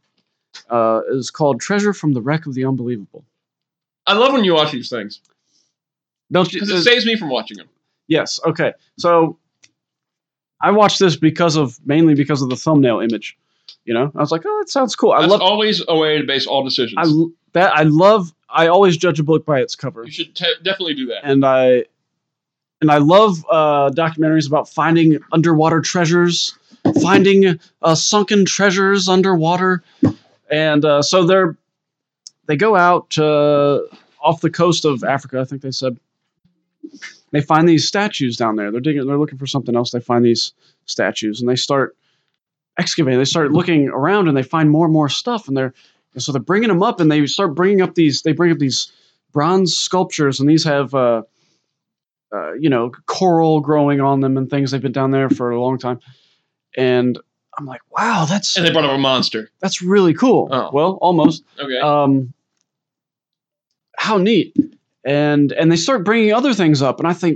Speaker 2: uh, it was called "Treasure from the Wreck of the Unbelievable."
Speaker 1: I love when you watch these things
Speaker 2: Don't you?
Speaker 1: because it saves me from watching them.
Speaker 2: Yes. Okay. So I watched this because of mainly because of the thumbnail image. You know, I was like, oh, that sounds cool. I
Speaker 1: That's
Speaker 2: love.
Speaker 1: always a way to base all decisions.
Speaker 2: I l- that I love. I always judge a book by its cover,
Speaker 1: you should te- definitely do that.
Speaker 2: and I and I love uh, documentaries about finding underwater treasures, finding uh, sunken treasures underwater, and uh, so they're they go out uh, off the coast of Africa. I think they said they find these statues down there. They're digging. They're looking for something else. They find these statues, and they start excavating. They start looking around, and they find more and more stuff. And they're and so they're bringing them up, and they start bringing up these. They bring up these bronze sculptures, and these have. Uh, uh, you know, coral growing on them and things. They've been down there for a long time, and I'm like, wow, that's
Speaker 1: And they brought up a monster.
Speaker 2: that's really cool.
Speaker 1: Oh.
Speaker 2: Well, almost.
Speaker 1: Okay.
Speaker 2: Um, how neat! And and they start bringing other things up, and I think,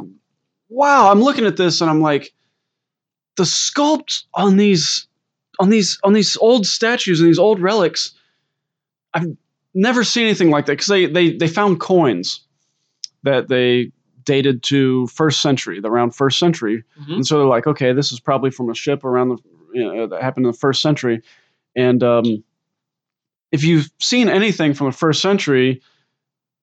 Speaker 2: wow, I'm looking at this, and I'm like, the sculpt on these on these on these old statues and these old relics, I've never seen anything like that because they they they found coins that they dated to first century, the around first century,
Speaker 1: Mhm.
Speaker 2: and so they're like, okay, this is probably from a ship around the you know, that happened in the first century. And um, if you've seen anything from the first century,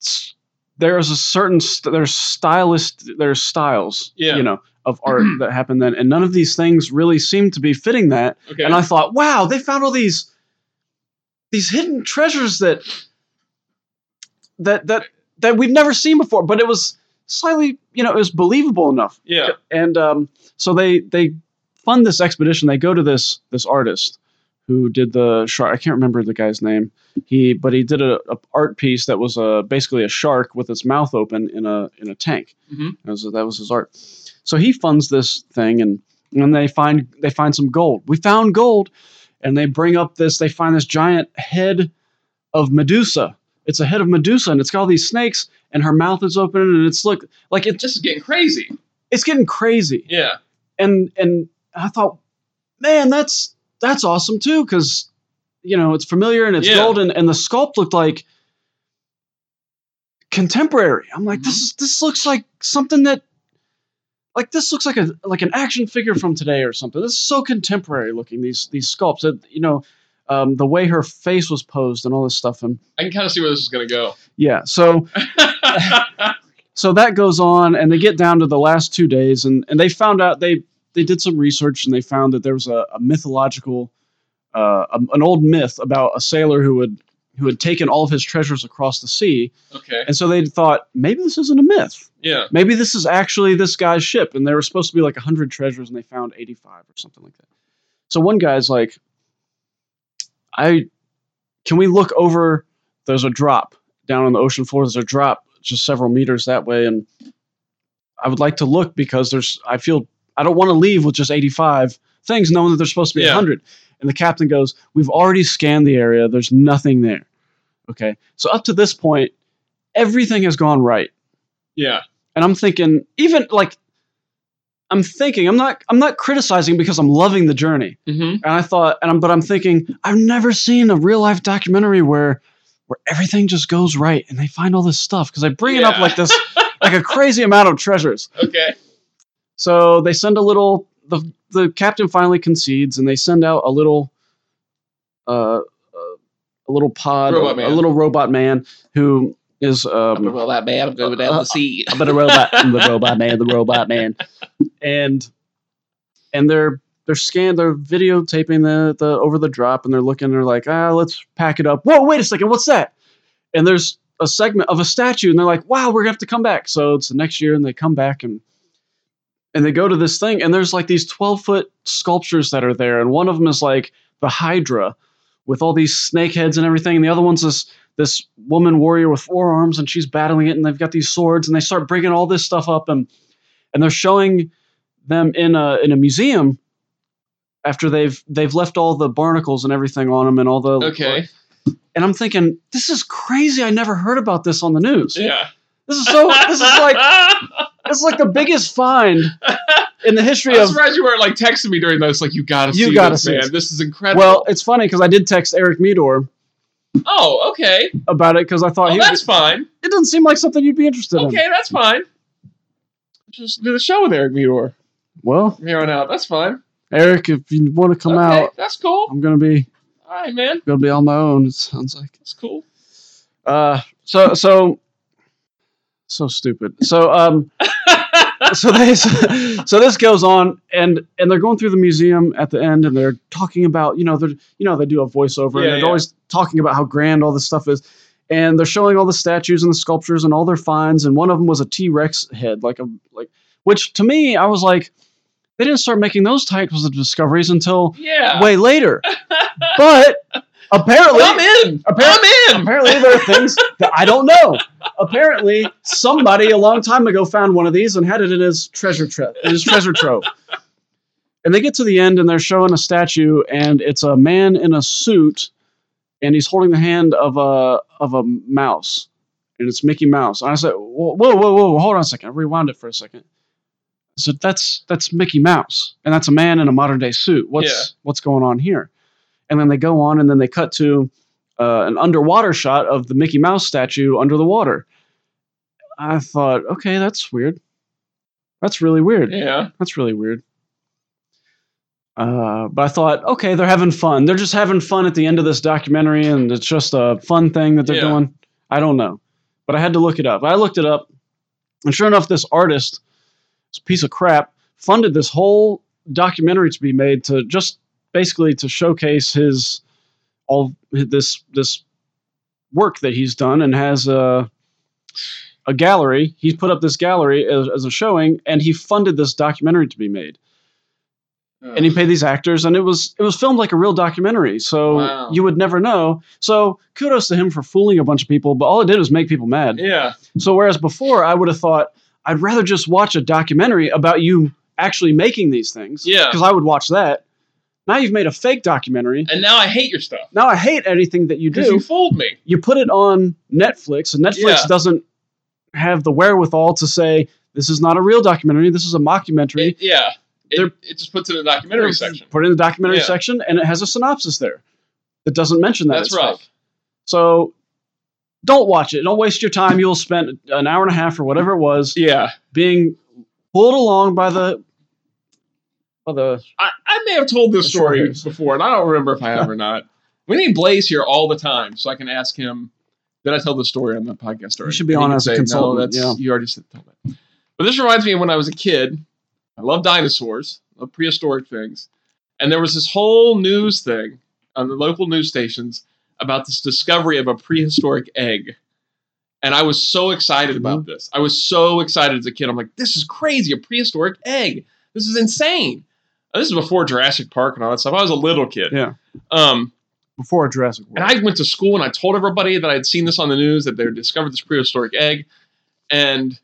Speaker 2: s- there is a certain st- there's stylist there's styles
Speaker 1: Yeah.
Speaker 2: you know of art that happened then, and none of these things really seem to be fitting that.
Speaker 1: Okay.
Speaker 2: And I thought, wow, they found all these these hidden treasures that that that that we've never seen before. But it was slightly you know it was believable enough
Speaker 1: yeah.
Speaker 2: and um, so they they fund this expedition. They go to this this artist who did the shark. I can't remember the guy's name. He but he did a, a art piece that was uh basically a shark with its mouth open in a in a tank.
Speaker 1: Mhm.
Speaker 2: That, was, that was his art. So he funds this thing and and they find they find some gold. We found gold, and they bring up this. They find this giant head of Medusa. It's a head of Medusa, and it's got all these snakes, and her mouth is open, and it's look like it's
Speaker 1: This is getting crazy.
Speaker 2: it's getting crazy
Speaker 1: Yeah.
Speaker 2: and and I thought, man, that's that's awesome too, because you know it's familiar and it's
Speaker 1: Yeah.
Speaker 2: gold, and, and the sculpt looked like contemporary. I'm like, this is this looks like something that, like this looks like a like an action figure from today or something. This is so contemporary looking. These these sculpts, that you know, um, the way her face was posed and all this stuff, and
Speaker 1: I can kind of see where this is going to go. <laughs>
Speaker 2: yeah, so so that goes on and they get down to the last two days and, and they found out they they did some research and they found that there was a, a mythological uh, a- an old myth about a sailor who had who had taken all of his treasures across the sea
Speaker 1: okay.
Speaker 2: and so they thought maybe this isn't a myth
Speaker 1: Yeah.
Speaker 2: maybe this is actually this guy's ship and there were supposed to be like 100 treasures and they found 85 or something like that so one guy's like i can we look over there's a drop down on the ocean floor there's a drop just several meters that way and i would like to look because there's i feel i don't want to leave with just 85 things knowing that there's supposed to be a
Speaker 1: Yeah.
Speaker 2: 100 and the captain goes we've already scanned the area there's nothing there okay so up to this point everything has gone right
Speaker 1: Yeah.
Speaker 2: and I'm thinking, even like, I'm thinking, I'm not, I'm not criticizing because I'm loving the journey.
Speaker 1: Mm-hmm.
Speaker 2: And I thought, and I'm, but I'm thinking, I've never seen a real life documentary where, where everything just goes right and they find all this stuff because they bring it up
Speaker 1: Yeah.
Speaker 2: like this, like a crazy amount of treasures.
Speaker 1: Okay.
Speaker 2: So they send a little. the The captain finally concedes, and they send out a little, uh, uh, a little pod,
Speaker 1: Robot
Speaker 2: a, a
Speaker 1: man.
Speaker 2: little robot man who is um,
Speaker 1: that bad. I'm
Speaker 2: going down the
Speaker 1: <laughs> sea.
Speaker 2: I'm the robot. I'm the robot man. The robot man. And and they're they're scan. They're videotaping the the over the drop, and they're looking. They're like, ah, let's pack it up. Whoa, wait a second, what's that? And there's a segment of a statue, and they're like, wow, we're gonna have to come back. So it's the next year, and they come back and and they go to this thing, and there's like these twelve foot sculptures that are there, and one of them is like the Hydra with all these snake heads and everything, and the other one's this this woman warrior with four arms and she's battling it and they've got these swords and they start bringing all this stuff up and and they're showing them in a in a museum after they've they've left all the barnacles and everything on them and all the
Speaker 1: Okay.
Speaker 2: and I'm thinking this is crazy. I never heard about this on the news.
Speaker 1: Yeah.
Speaker 2: This is so
Speaker 1: <laughs>
Speaker 2: this is like this is like the biggest find in the history
Speaker 1: I'm
Speaker 2: of
Speaker 1: surprised you weren't like texting me during this. Like you gotta
Speaker 2: You
Speaker 1: see
Speaker 2: gotta
Speaker 1: this,
Speaker 2: see
Speaker 1: man.
Speaker 2: this.
Speaker 1: This is incredible.
Speaker 2: well, it's funny because I did text Eric Medor
Speaker 1: oh, okay.
Speaker 2: about it because I thought
Speaker 1: Oh,
Speaker 2: he would-
Speaker 1: that's fine.
Speaker 2: it doesn't seem like something you'd be interested in.
Speaker 1: Okay, that's fine. Just do the show with Eric Meador
Speaker 2: Well,
Speaker 1: from here on out. That's fine.
Speaker 2: Eric, if you want to come
Speaker 1: okay,
Speaker 2: out,
Speaker 1: That's cool.
Speaker 2: I'm gonna be
Speaker 1: All right, man.
Speaker 2: gonna be on my own. It sounds like.
Speaker 1: That's cool. <laughs>
Speaker 2: Uh, so so so stupid. So um, <laughs> so they so this goes on, and and they're going through the museum at the end, and they're talking about you know they're you know they do a voiceover,
Speaker 1: Yeah,
Speaker 2: and they're
Speaker 1: yeah.
Speaker 2: always talking about how grand all this stuff is. And they're showing all the statues and the sculptures and all their finds, and one of them was a T Rex head, like a like, which to me I was like, they didn't start making those types of discoveries until
Speaker 1: yeah.
Speaker 2: way later. but apparently,
Speaker 1: I'm in. I'm in.
Speaker 2: apparently there are things that I don't know. Apparently, somebody a long time ago found one of these and had it in his treasure trove. In his treasure trove. And they get to the end and they're showing a statue, and it's a man in a suit, and he's holding the hand of a of a mouse, and it's Mickey Mouse. And I said, "Whoa, whoa, whoa, whoa! Hold on a second. I rewound it for a second. So that's that's Mickey Mouse, and that's a man in a modern day suit. What's
Speaker 1: Yeah.
Speaker 2: what's going on here? And then they go on, and then they cut to uh, an underwater shot of the Mickey Mouse statue under the water. I thought, okay, that's weird. That's really weird.
Speaker 1: Yeah.
Speaker 2: That's really weird. Uh, but I thought, okay, they're having fun. They're just having fun at the end of this documentary, and it's just a fun thing that they're
Speaker 1: Yeah.
Speaker 2: doing. I don't know, but I had to look it up. I looked it up, and sure enough, this artist, this piece of crap, funded this whole documentary to be made to just basically to showcase his all this this work that he's done and has a a gallery. He put up this gallery as, as a showing, and he funded this documentary to be made. And he paid these actors, and it was it was filmed like a real documentary. So
Speaker 1: Wow.
Speaker 2: you would never know. So kudos to him for fooling a bunch of people. But all it did was make people mad.
Speaker 1: Uh, yeah.
Speaker 2: So whereas before I would have thought I'd rather just watch a documentary about you actually making these things.
Speaker 1: Yeah.
Speaker 2: Because I would watch that. Now you've made a fake documentary.
Speaker 1: And now I hate your stuff
Speaker 2: Now I hate anything that you do.
Speaker 1: because you fooled me.
Speaker 2: you put it on Netflix, and Netflix
Speaker 1: Yeah.
Speaker 2: doesn't have the wherewithal to say this is not a real documentary. This is a mockumentary.
Speaker 1: It- yeah. It,
Speaker 2: They're-
Speaker 1: it just puts it in the documentary section.
Speaker 2: Put it in the documentary
Speaker 1: Yeah.
Speaker 2: section, and it has a synopsis there that doesn't mention that.
Speaker 1: That's
Speaker 2: it's
Speaker 1: rough.
Speaker 2: fake. So don't watch it. Don't waste your time. You'll spend an hour and a half or whatever it was
Speaker 1: Yeah.
Speaker 2: being pulled along by the by the
Speaker 1: I, I may have told this
Speaker 2: That's
Speaker 1: story
Speaker 2: hilarious.
Speaker 1: before, and I don't remember if I have or not. We need Blaze here all the time, so I can ask him. Did I tell the story on the podcast? Already?
Speaker 2: You should be
Speaker 1: And he
Speaker 2: on
Speaker 1: can
Speaker 2: as a
Speaker 1: say,
Speaker 2: consultant,
Speaker 1: No, that's
Speaker 2: yeah.
Speaker 1: you already said tell that. But this reminds me of when I was a kid. I love dinosaurs, love prehistoric things, and there was this whole news thing on the local news stations about this discovery of a prehistoric egg. And I was so excited about this. I was so excited as a kid. I'm like, this is crazy, a prehistoric egg. This is insane. And This is before Jurassic Park and all that stuff. I was a little kid.
Speaker 2: Yeah.
Speaker 1: Um,
Speaker 2: before Jurassic World.
Speaker 1: and I went to school and I told everybody that I'd seen this on the news that they had discovered this prehistoric egg. And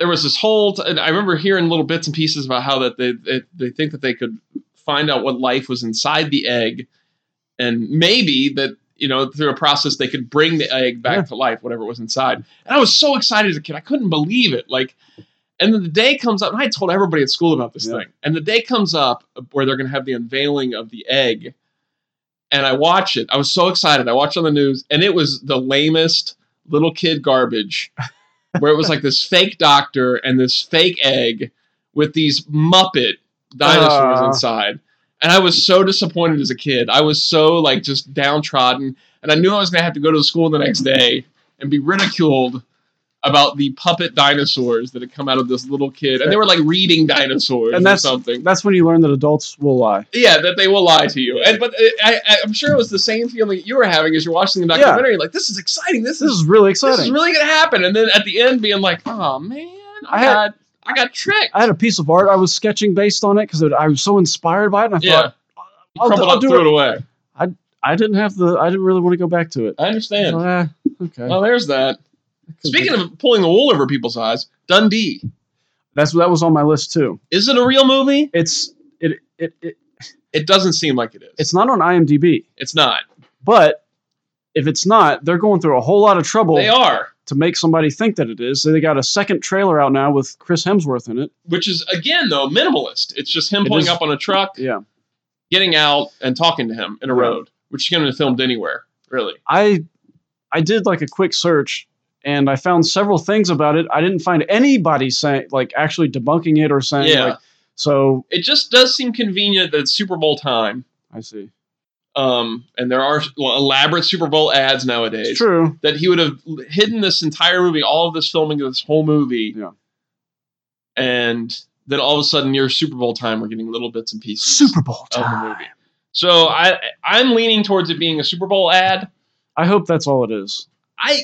Speaker 1: there was this whole, t- and I remember hearing little bits and pieces about how that they, they, they think that they could find out what life was inside the egg. And maybe that, you know, through a process, they could bring the egg back
Speaker 2: Yeah.
Speaker 1: to life, whatever was inside. And I was so excited as a kid. I couldn't believe it. Like, and then the day comes up, and I told everybody at school about this
Speaker 2: Yeah.
Speaker 1: thing. And the day comes up where they're going to have the unveiling of the egg. And I watch it. I was so excited. I watched it on the news, and it was the lamest little kid garbage, where it was like this fake doctor and this fake egg with these Muppet dinosaurs
Speaker 2: Aw.
Speaker 1: inside. And I was so disappointed as a kid. I was so like just downtrodden, and I knew I was going to have to go to school the next day and be ridiculed about the puppet dinosaurs that had come out of this little kid, and they were like reading dinosaurs
Speaker 2: And
Speaker 1: or
Speaker 2: that's-
Speaker 1: something.
Speaker 2: That's when you learn that adults will lie.
Speaker 1: Yeah, that they will lie to you. And but uh, I, I, I'm sure it was the same feeling that you were having as you're watching the
Speaker 2: Yeah.
Speaker 1: documentary. Like this is exciting. This
Speaker 2: This
Speaker 1: is
Speaker 2: is really
Speaker 1: this
Speaker 2: exciting.
Speaker 1: is really gonna happen. And then at the end, being like, oh man, I,
Speaker 2: I had-
Speaker 1: got I got tricked.
Speaker 2: I had a piece of art I was sketching based on it because I was so inspired by it, and I
Speaker 1: yeah,
Speaker 2: thought
Speaker 1: You
Speaker 2: I'll,
Speaker 1: crumpled
Speaker 2: I'll
Speaker 1: up,
Speaker 2: do
Speaker 1: threw
Speaker 2: it.
Speaker 1: it away.
Speaker 2: I didn't have the. I didn't really want to go back to it.
Speaker 1: I understand.
Speaker 2: So, eh, okay.
Speaker 1: Well, there's that. Speaking of pulling the wool over people's eyes, Dundee
Speaker 2: that's that was on my list too.
Speaker 1: is it a real movie?
Speaker 2: It's it it, it
Speaker 1: It doesn't seem like it is.
Speaker 2: It's not on IMDb,
Speaker 1: It's not.
Speaker 2: but if it's not, they're going through a whole lot of trouble
Speaker 1: They are,
Speaker 2: to make somebody think that it is. So they got a second trailer out now with Chris Hemsworth in it.
Speaker 1: which is again though minimalist. It's just him
Speaker 2: It
Speaker 1: pulling
Speaker 2: is-
Speaker 1: up on a truck,
Speaker 2: Yeah.
Speaker 1: getting out, and talking to him in a
Speaker 2: Yeah.
Speaker 1: road, which you could have filmed anywhere, really.
Speaker 2: I I did like a quick search and I found several things about it. I didn't find anybody saying like actually debunking it or saying
Speaker 1: Yeah.
Speaker 2: like so
Speaker 1: It just does seem convenient that it's Super Bowl time,
Speaker 2: I see.
Speaker 1: um, and there are elaborate Super Bowl ads nowadays.
Speaker 2: It's true.
Speaker 1: that he would have hidden this entire movie, all of this filming of this whole movie.
Speaker 2: Yeah.
Speaker 1: And then all of a sudden, near Super Bowl time, we're getting little bits and pieces
Speaker 2: Super Bowl
Speaker 1: of the
Speaker 2: time.
Speaker 1: movie. So I I'm leaning towards it being a Super Bowl ad.
Speaker 2: I hope that's all it is.
Speaker 1: I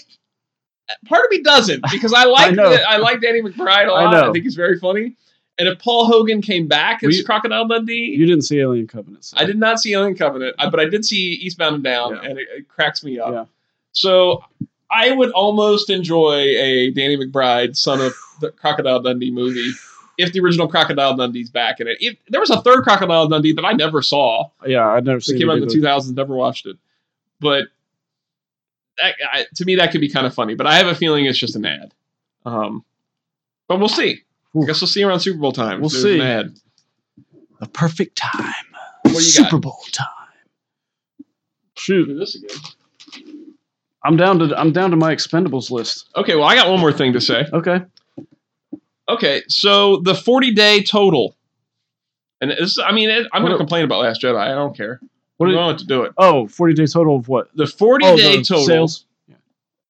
Speaker 1: part of me doesn't because
Speaker 2: <laughs>
Speaker 1: I like
Speaker 2: know.
Speaker 1: I, like Danny McBride a
Speaker 2: I
Speaker 1: lot. I,
Speaker 2: know.
Speaker 1: think he's very funny. And if Paul Hogan came back as
Speaker 2: We-
Speaker 1: Crocodile Dundee,
Speaker 2: You didn't see Alien Covenant. so-
Speaker 1: I did not see Alien Covenant, I- but I did see Eastbound and Down,
Speaker 2: Yeah.
Speaker 1: and it, it cracks me up.
Speaker 2: Yeah.
Speaker 1: So I would almost enjoy a Danny McBride, son of the Crocodile Dundee movie, if the original Crocodile Dundee's back in it. If, there was a third Crocodile Dundee that I never saw.
Speaker 2: Yeah, I'd never seen
Speaker 1: It came out in the
Speaker 2: either.
Speaker 1: 2000s, never watched it. But that, I, to me, that could be kind of funny. But I have a feeling it's just an ad. Um, but we'll see. I
Speaker 2: Oof.
Speaker 1: guess we'll see around Super Bowl time. if
Speaker 2: We'll
Speaker 1: there's an
Speaker 2: see.
Speaker 1: ad.
Speaker 2: the perfect time.
Speaker 1: What do you
Speaker 2: Super
Speaker 1: got?
Speaker 2: Bowl time.
Speaker 1: Do
Speaker 2: Shoot,
Speaker 1: this again.
Speaker 2: I'm down to I'm down to my expendables list.
Speaker 1: Okay, well, I got one more thing to say.
Speaker 2: Okay.
Speaker 1: Okay, so the 40 day total. And this, I mean, it, I'm going to
Speaker 2: What-
Speaker 1: complain about Last Jedi. I don't care.
Speaker 2: What
Speaker 1: I
Speaker 2: did,
Speaker 1: want to do it.
Speaker 2: oh, 40 day total of what?
Speaker 1: The 40
Speaker 2: Oh,
Speaker 1: day
Speaker 2: the
Speaker 1: total
Speaker 2: sales?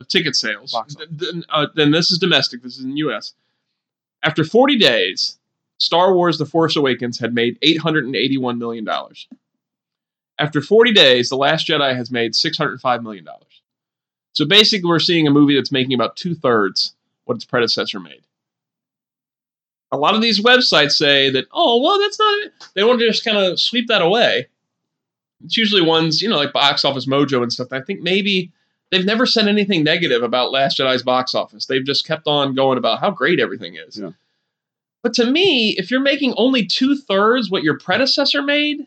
Speaker 1: of ticket sales.
Speaker 2: Box
Speaker 1: Th- Then, uh, then this is domestic, this is in the US. After 40 days, Star Wars The Force Awakens had made $881 million. After 40 days, The Last Jedi has made $605 million. So basically, we're seeing a movie that's making about two thirds what its predecessor made. A lot of these websites say that, oh, well, that's not, they want to just kind of sweep that away. It's usually ones, you know, like Box Office Mojo and stuff. I think maybe they've never said anything negative about Last Jedi's box office. They've just kept on going about how great everything is.
Speaker 2: Yeah.
Speaker 1: But to me, if you're making only two thirds what your predecessor made,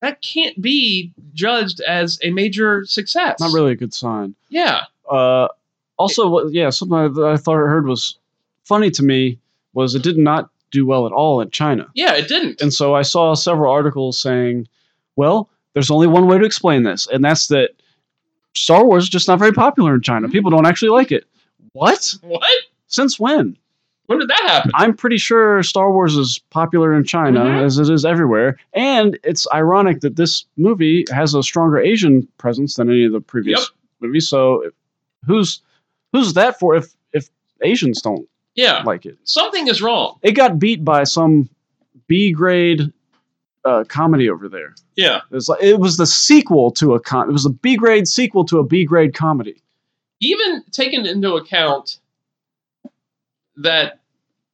Speaker 1: that can't be judged as a major success.
Speaker 2: Not really a good sign.
Speaker 1: Yeah.
Speaker 2: Uh, also, what, yeah, something I, that I thought I heard was funny to me was it did not do well at all in China,
Speaker 1: Yeah, it didn't.
Speaker 2: and so I saw several articles saying, "Well, there's only one way to explain this, and that's that Star Wars is just not very popular in China. People don't actually like it." What?
Speaker 1: what?
Speaker 2: Since when?
Speaker 1: When did that happen?
Speaker 2: I'm pretty sure Star Wars is popular in China
Speaker 1: Mhm.
Speaker 2: as it is everywhere, and it's ironic that this movie has a stronger Asian presence than any of the previous
Speaker 1: Yep.
Speaker 2: movies. So, who's who's that for if if Asians don't
Speaker 1: Yeah.
Speaker 2: like it?
Speaker 1: Something is wrong.
Speaker 2: It got beat by some B grade uh, comedy over there.
Speaker 1: Yeah.
Speaker 2: It was, like, it was the sequel to a com. It was a B grade sequel to a B grade comedy.
Speaker 1: even taking into account that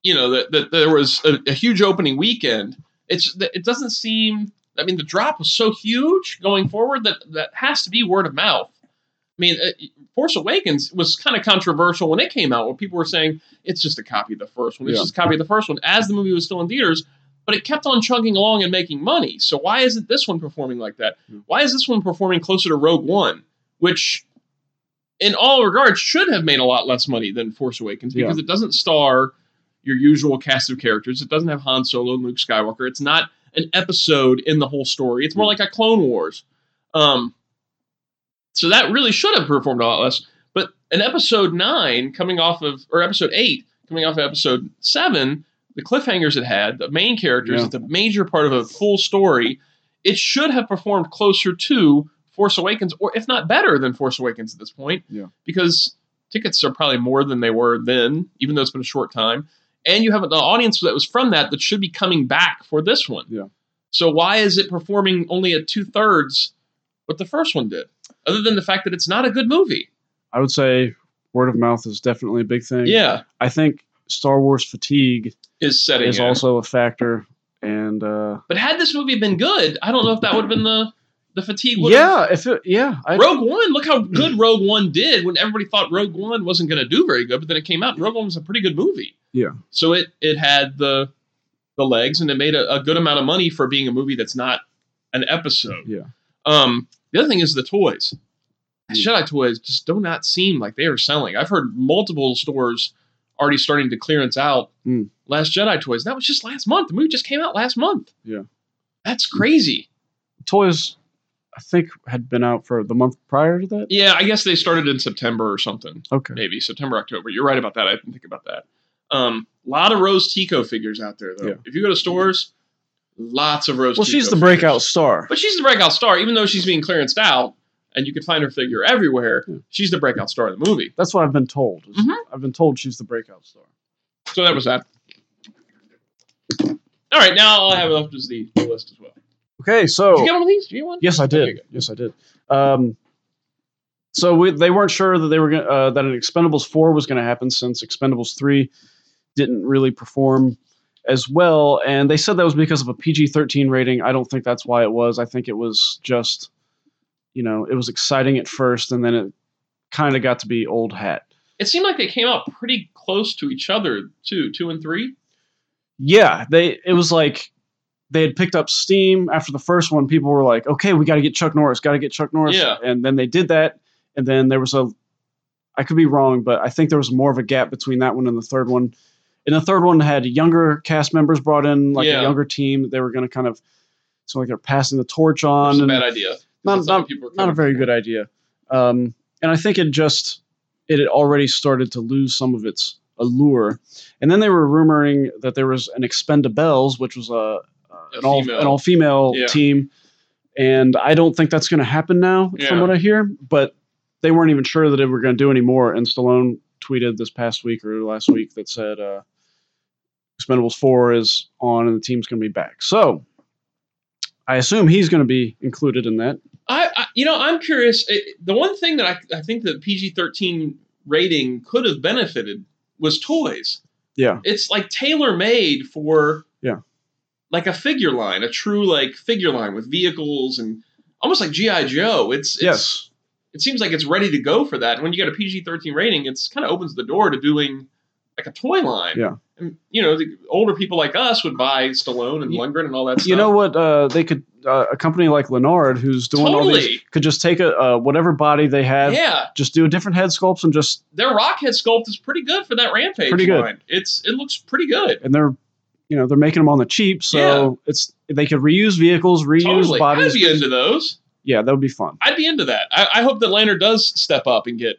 Speaker 1: you know that, that there was a, a huge opening weekend it's it doesn't seem i mean the drop was so huge going forward that that has to be word of mouth i mean uh, force awakens was kind of controversial when it came out where people were saying it's just a copy of the first one it's
Speaker 2: Yeah.
Speaker 1: just a copy of the first one as the movie was still in theaters but it kept on chugging along and making money so why isn't this one performing like that
Speaker 2: Hmm.
Speaker 1: why is this one performing closer to rogue one which in all regards should have made a lot less money than Force Awakens because it doesn't star your usual cast of characters. It doesn't have Han Solo and Luke Skywalker. It's not an episode in the whole story. It's more
Speaker 2: Hmm.
Speaker 1: like a Clone Wars. Um, so that really should have performed a lot less. But an episode nine coming off of, or episode eight coming off of episode seven, the cliffhangers it had, the main characters,
Speaker 2: Yeah.
Speaker 1: it's a major part of a full story. It should have performed closer to Force Awakens, or if not better than Force Awakens at this point,
Speaker 2: Yeah.
Speaker 1: because tickets are probably more than they were then, even though it's been a short time. And you have an audience that was from that that should be coming back for this one.
Speaker 2: Yeah.
Speaker 1: So why is it performing only at two thirds what the first one did? Other than the fact that it's not a good movie.
Speaker 2: I would say word of mouth is definitely a big thing.
Speaker 1: Yeah.
Speaker 2: I think Star Wars fatigue
Speaker 1: Is setting
Speaker 2: is
Speaker 1: in.
Speaker 2: also a factor. And uh,
Speaker 1: But had this movie been good, I don't know if that would have been the the fatigue. Would
Speaker 2: yeah, if it, yeah, I,
Speaker 1: Rogue One. Look how
Speaker 2: <clears throat>
Speaker 1: good Rogue One did when everybody thought Rogue One wasn't going to do very good, but then it came out. and Rogue One was a pretty good movie.
Speaker 2: Yeah.
Speaker 1: So it it had the the legs and it made a, a good amount of money for being a movie that's not an episode.
Speaker 2: Yeah.
Speaker 1: Um, the other thing is the toys.
Speaker 2: Mm.
Speaker 1: Jedi toys just do not seem like they are selling. I've heard multiple stores already starting to clearance out
Speaker 2: Mm.
Speaker 1: Last Jedi toys. That was just last month. The movie just came out last month.
Speaker 2: Yeah.
Speaker 1: That's crazy.
Speaker 2: Toys, I think, had been out for the month prior to that.
Speaker 1: Yeah, I guess they started in September or something.
Speaker 2: Okay.
Speaker 1: Maybe September, October. You're right about that. I didn't think about that. Um, lot of Rose Tico figures out there though.
Speaker 2: Yeah.
Speaker 1: If you go to stores, lots of Rose.
Speaker 2: Well, she's
Speaker 1: Tico
Speaker 2: the breakout
Speaker 1: figures.
Speaker 2: star.
Speaker 1: But she's the breakout star, even though she's being clearanced out, and you can find her figure everywhere.
Speaker 2: Yeah.
Speaker 1: She's the breakout star of the movie.
Speaker 2: That's what I've been told. is-
Speaker 1: Mhm.
Speaker 2: I've been told she's the breakout star.
Speaker 1: So that was that. All right, now all I have left is the, the list as well.
Speaker 2: Okay, so
Speaker 1: Did you get one of these? Do you get one?
Speaker 2: Oh. Yes, I
Speaker 1: Okay,
Speaker 2: did. yes, I did. Um, so we, they weren't sure that they were gonna, uh, that an Expendables four was going to happen since Expendables three didn't really perform as well, and they said that was because of a PG thirteen rating. I don't think that's why it was. I think it was just, you know, it was exciting at first, and then it kind of got to be old hat.
Speaker 1: It seemed like they came out pretty close to each other, too. Two and three.
Speaker 2: yeah they it was like they had picked up steam after the first one people were like okay we got to get chuck norris got to get chuck norris
Speaker 1: Yeah.
Speaker 2: and then they did that and then there was a i could be wrong but i think there was more of a gap between that one and the third one and the third one had younger cast members brought in like
Speaker 1: Yeah.
Speaker 2: a younger team that they were going to kind of so like they're passing the torch
Speaker 1: Which
Speaker 2: on
Speaker 1: is a
Speaker 2: and
Speaker 1: bad idea. 'cause
Speaker 2: Uh, Not-
Speaker 1: that's what people were
Speaker 2: not a
Speaker 1: coming
Speaker 2: very
Speaker 1: for.
Speaker 2: good idea um, and i think it just it had already started to lose some of its allure and then they were rumoring that there was an expendables which was a, a an, all,
Speaker 1: female.
Speaker 2: an all-female
Speaker 1: Yeah.
Speaker 2: team and i don't think that's going to happen now from
Speaker 1: Yeah.
Speaker 2: what i hear but they weren't even sure that they were going to do any more and stallone tweeted this past week or last week that said uh, expendables 4 is on and the team's going to be back so i assume he's going to be included in that
Speaker 1: I, I you know, I'm curious. It, the one thing that I, I think the PG-13 rating could have benefited was toys.
Speaker 2: Yeah.
Speaker 1: It's like tailor made for
Speaker 2: Yeah.
Speaker 1: like a figure line, a true like figure line with vehicles and almost like GI Joe. It's, it's
Speaker 2: yes.
Speaker 1: it seems like it's ready to go for that. And when you got a PG-13 rating, it's kind of opens the door to doing like a toy line.
Speaker 2: Yeah.
Speaker 1: And you know, the older people like us would buy Stallone and
Speaker 2: You-
Speaker 1: Lundgren and all that stuff.
Speaker 2: You know what? Uh, they could uh, a company like Lennard, who's doing all these,
Speaker 1: Totally.
Speaker 2: could just take a uh, whatever body they have,
Speaker 1: yeah.
Speaker 2: just do a different head sculpts, and just
Speaker 1: their rockhead sculpt is pretty good for that rampage
Speaker 2: Pretty good.
Speaker 1: line. It's it looks pretty good.
Speaker 2: and they're you know they're making them on the cheap, so
Speaker 1: Yeah.
Speaker 2: it's they could reuse vehicles, reuse
Speaker 1: Totally, I'd
Speaker 2: bodies.
Speaker 1: be into those.
Speaker 2: yeah, that would be fun.
Speaker 1: I'd be into that. I, I hope that Lander does step up and get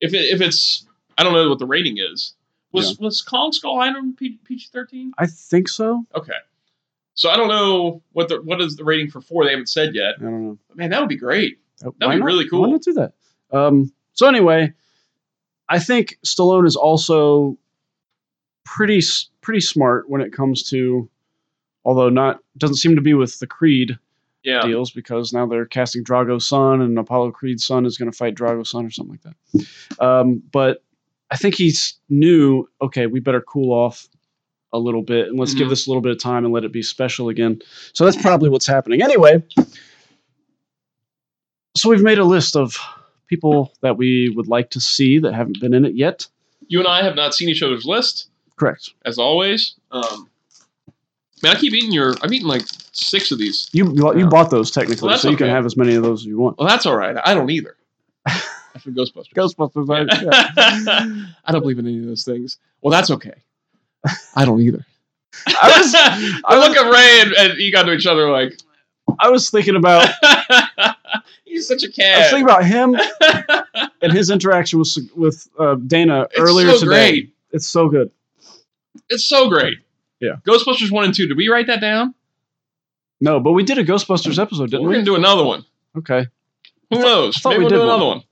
Speaker 1: if it, if it's I don't know what the rating is. Was was Kong Skull Island PG thirteen?
Speaker 2: I think so.
Speaker 1: Okay, so I don't know what the what is the rating for four. They haven't said yet.
Speaker 2: I don't know.
Speaker 1: But man, that would be great.
Speaker 2: That'd
Speaker 1: be really cool.
Speaker 2: Why not do that? Um, so anyway, I think Stallone is also pretty s- pretty smart when it comes to, although not doesn't seem to be with the Creed
Speaker 1: Yeah,
Speaker 2: deals because now they're casting Drago's son and Apollo Creed's son is going to fight Drago's son or something like that. Um, but I think he's knew, okay, we better cool off a little bit and let's give
Speaker 1: Mhm.
Speaker 2: this a little bit of time and let it be special again. So that's probably what's happening. Anyway, so we've made a list of people that we would like to see that haven't been in it yet.
Speaker 1: you and I have not seen each other's list
Speaker 2: Correct.
Speaker 1: as always. Um, man, I keep eating your. I've eaten like six of these.
Speaker 2: You you
Speaker 1: Yeah.
Speaker 2: bought those technically,
Speaker 1: Well, that's
Speaker 2: so you can
Speaker 1: okay.
Speaker 2: have as many of those as you
Speaker 1: <laughs>
Speaker 2: want.
Speaker 1: Well, that's all right. I don't <laughs> either. That's from Ghostbusters. <laughs>
Speaker 2: Ghostbusters. right? Yeah.
Speaker 1: I don't believe in any of those things. Well, that's okay. I don't either.
Speaker 2: I was
Speaker 1: <laughs> I look at Ray and, and he got to each other like,
Speaker 2: I was thinking about
Speaker 1: <laughs> he's such a
Speaker 2: I was
Speaker 1: cat.
Speaker 2: thinking
Speaker 1: <laughs>
Speaker 2: about him and his interaction with with uh, Dana
Speaker 1: It's
Speaker 2: earlier
Speaker 1: so
Speaker 2: today.
Speaker 1: great.
Speaker 2: It's so good.
Speaker 1: It's so great.
Speaker 2: Yeah.
Speaker 1: Ghostbusters 1 and 2. Did we write that down?
Speaker 2: No, but we did a Ghostbusters episode, didn't
Speaker 1: We're going
Speaker 2: we?
Speaker 1: to do another one.
Speaker 2: Okay.
Speaker 1: Who
Speaker 2: I
Speaker 1: knows?
Speaker 2: thought
Speaker 1: Maybe
Speaker 2: we
Speaker 1: we'll
Speaker 2: did
Speaker 1: do
Speaker 2: one.
Speaker 1: another one.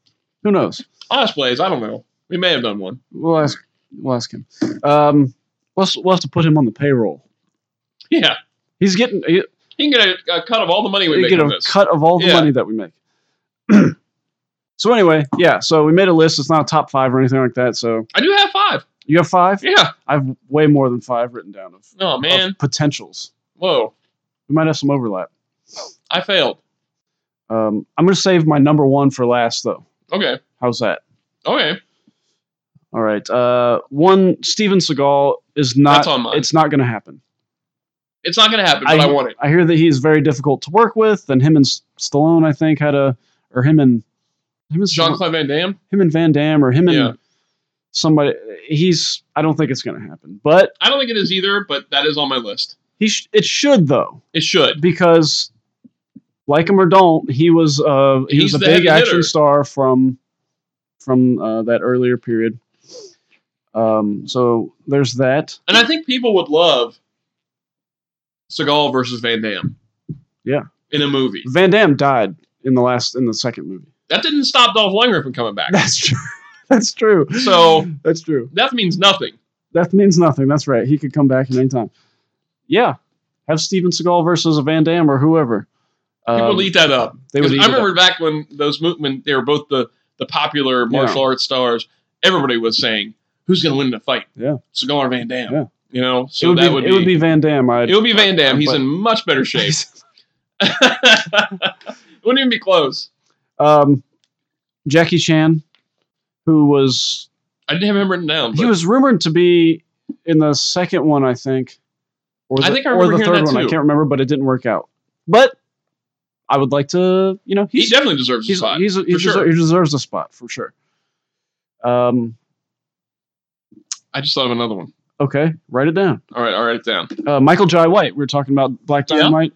Speaker 2: Who knows?
Speaker 1: Honest plays, I don't know. We may have done one.
Speaker 2: We'll ask. We'll ask him. Um, we'll, s- we'll have to put him on the payroll.
Speaker 1: Yeah.
Speaker 2: He's getting he,
Speaker 1: He can get a, a cut of all the money we
Speaker 2: he
Speaker 1: make
Speaker 2: get
Speaker 1: from
Speaker 2: a
Speaker 1: this.
Speaker 2: cut of all the
Speaker 1: Yeah.
Speaker 2: money that we make. <clears throat> so anyway, yeah. So we made a list. It's not a top five or anything like that. So
Speaker 1: I do have five.
Speaker 2: you have five.
Speaker 1: Yeah.
Speaker 2: I've way more than five written down of,
Speaker 1: Oh, man.
Speaker 2: of potentials.
Speaker 1: Whoa.
Speaker 2: We might have some overlap.
Speaker 1: I failed.
Speaker 2: Um, I'm going to save my number one for last, though.
Speaker 1: Okay.
Speaker 2: How's that?
Speaker 1: Okay.
Speaker 2: All right. Uh, one Steven Seagal is not.
Speaker 1: That's on mine.
Speaker 2: It's not going to happen.
Speaker 1: It's not going to happen, but I, want it.
Speaker 2: I hear that he's very difficult to work with, and him and S- Stallone, I think, had a or him and him and
Speaker 1: Jean
Speaker 2: Stallone-
Speaker 1: Claude Van Damme.
Speaker 2: him and Van Damme, or him and
Speaker 1: Yeah.
Speaker 2: somebody. He's I don't think it's going to happen, but
Speaker 1: I don't think it is either, but that is on my list.
Speaker 2: he sh- it should though
Speaker 1: It should.
Speaker 2: because like him or don't, he was uh he
Speaker 1: He's
Speaker 2: was a
Speaker 1: the
Speaker 2: big
Speaker 1: heavy
Speaker 2: action
Speaker 1: hitter.
Speaker 2: star from from uh, that earlier period. Um, so there's that.
Speaker 1: And I think people would love Seagal versus Van Damme.
Speaker 2: Yeah.
Speaker 1: In a movie.
Speaker 2: Van Damme died in the last in the second movie.
Speaker 1: That didn't stop Dolph Lundgren from coming
Speaker 2: <laughs>
Speaker 1: back.
Speaker 2: That's true. That's true.
Speaker 1: So-
Speaker 2: that's true.
Speaker 1: Death means nothing.
Speaker 2: That means nothing. That's right. He could come back at any time. Yeah, have Steven Seagal versus a Van Damme or whoever.
Speaker 1: People
Speaker 2: Um,
Speaker 1: would eat that up.
Speaker 2: they would
Speaker 1: 'Cause
Speaker 2: eat
Speaker 1: I
Speaker 2: it up.
Speaker 1: remember back when those mo- when they were both the, the popular martial arts stars, everybody was saying, Who's gonna win the fight?
Speaker 2: Yeah.
Speaker 1: Seagal or Van Damme.
Speaker 2: Yeah.
Speaker 1: You know?
Speaker 2: it
Speaker 1: So
Speaker 2: would,
Speaker 1: that
Speaker 2: be,
Speaker 1: would be
Speaker 2: it would be Van Damme. I'd,
Speaker 1: it would be Van Damme. He's
Speaker 2: but-
Speaker 1: in much better
Speaker 2: <laughs>
Speaker 1: shape. it <laughs> wouldn't even be close.
Speaker 2: um, Jackie Chan, who was
Speaker 1: I didn't have him written down.
Speaker 2: he
Speaker 1: but-
Speaker 2: was rumored to be in the second one, I think, or the,
Speaker 1: I think I
Speaker 2: or the
Speaker 1: remember hearing
Speaker 2: third
Speaker 1: that
Speaker 2: one. I
Speaker 1: too.
Speaker 2: can't remember, but it didn't work out. But I would like to, you know,
Speaker 1: he
Speaker 2: he's
Speaker 1: definitely deserves a
Speaker 2: he's,
Speaker 1: spot.
Speaker 2: he's, he,
Speaker 1: for
Speaker 2: deser-
Speaker 1: sure.
Speaker 2: he deserves a spot for sure. Um,
Speaker 1: I just thought of another one.
Speaker 2: okay, write it down.
Speaker 1: All right, I'll write it down.
Speaker 2: Uh, Michael Jai White. We were talking about Black
Speaker 1: Yeah.
Speaker 2: Dynamite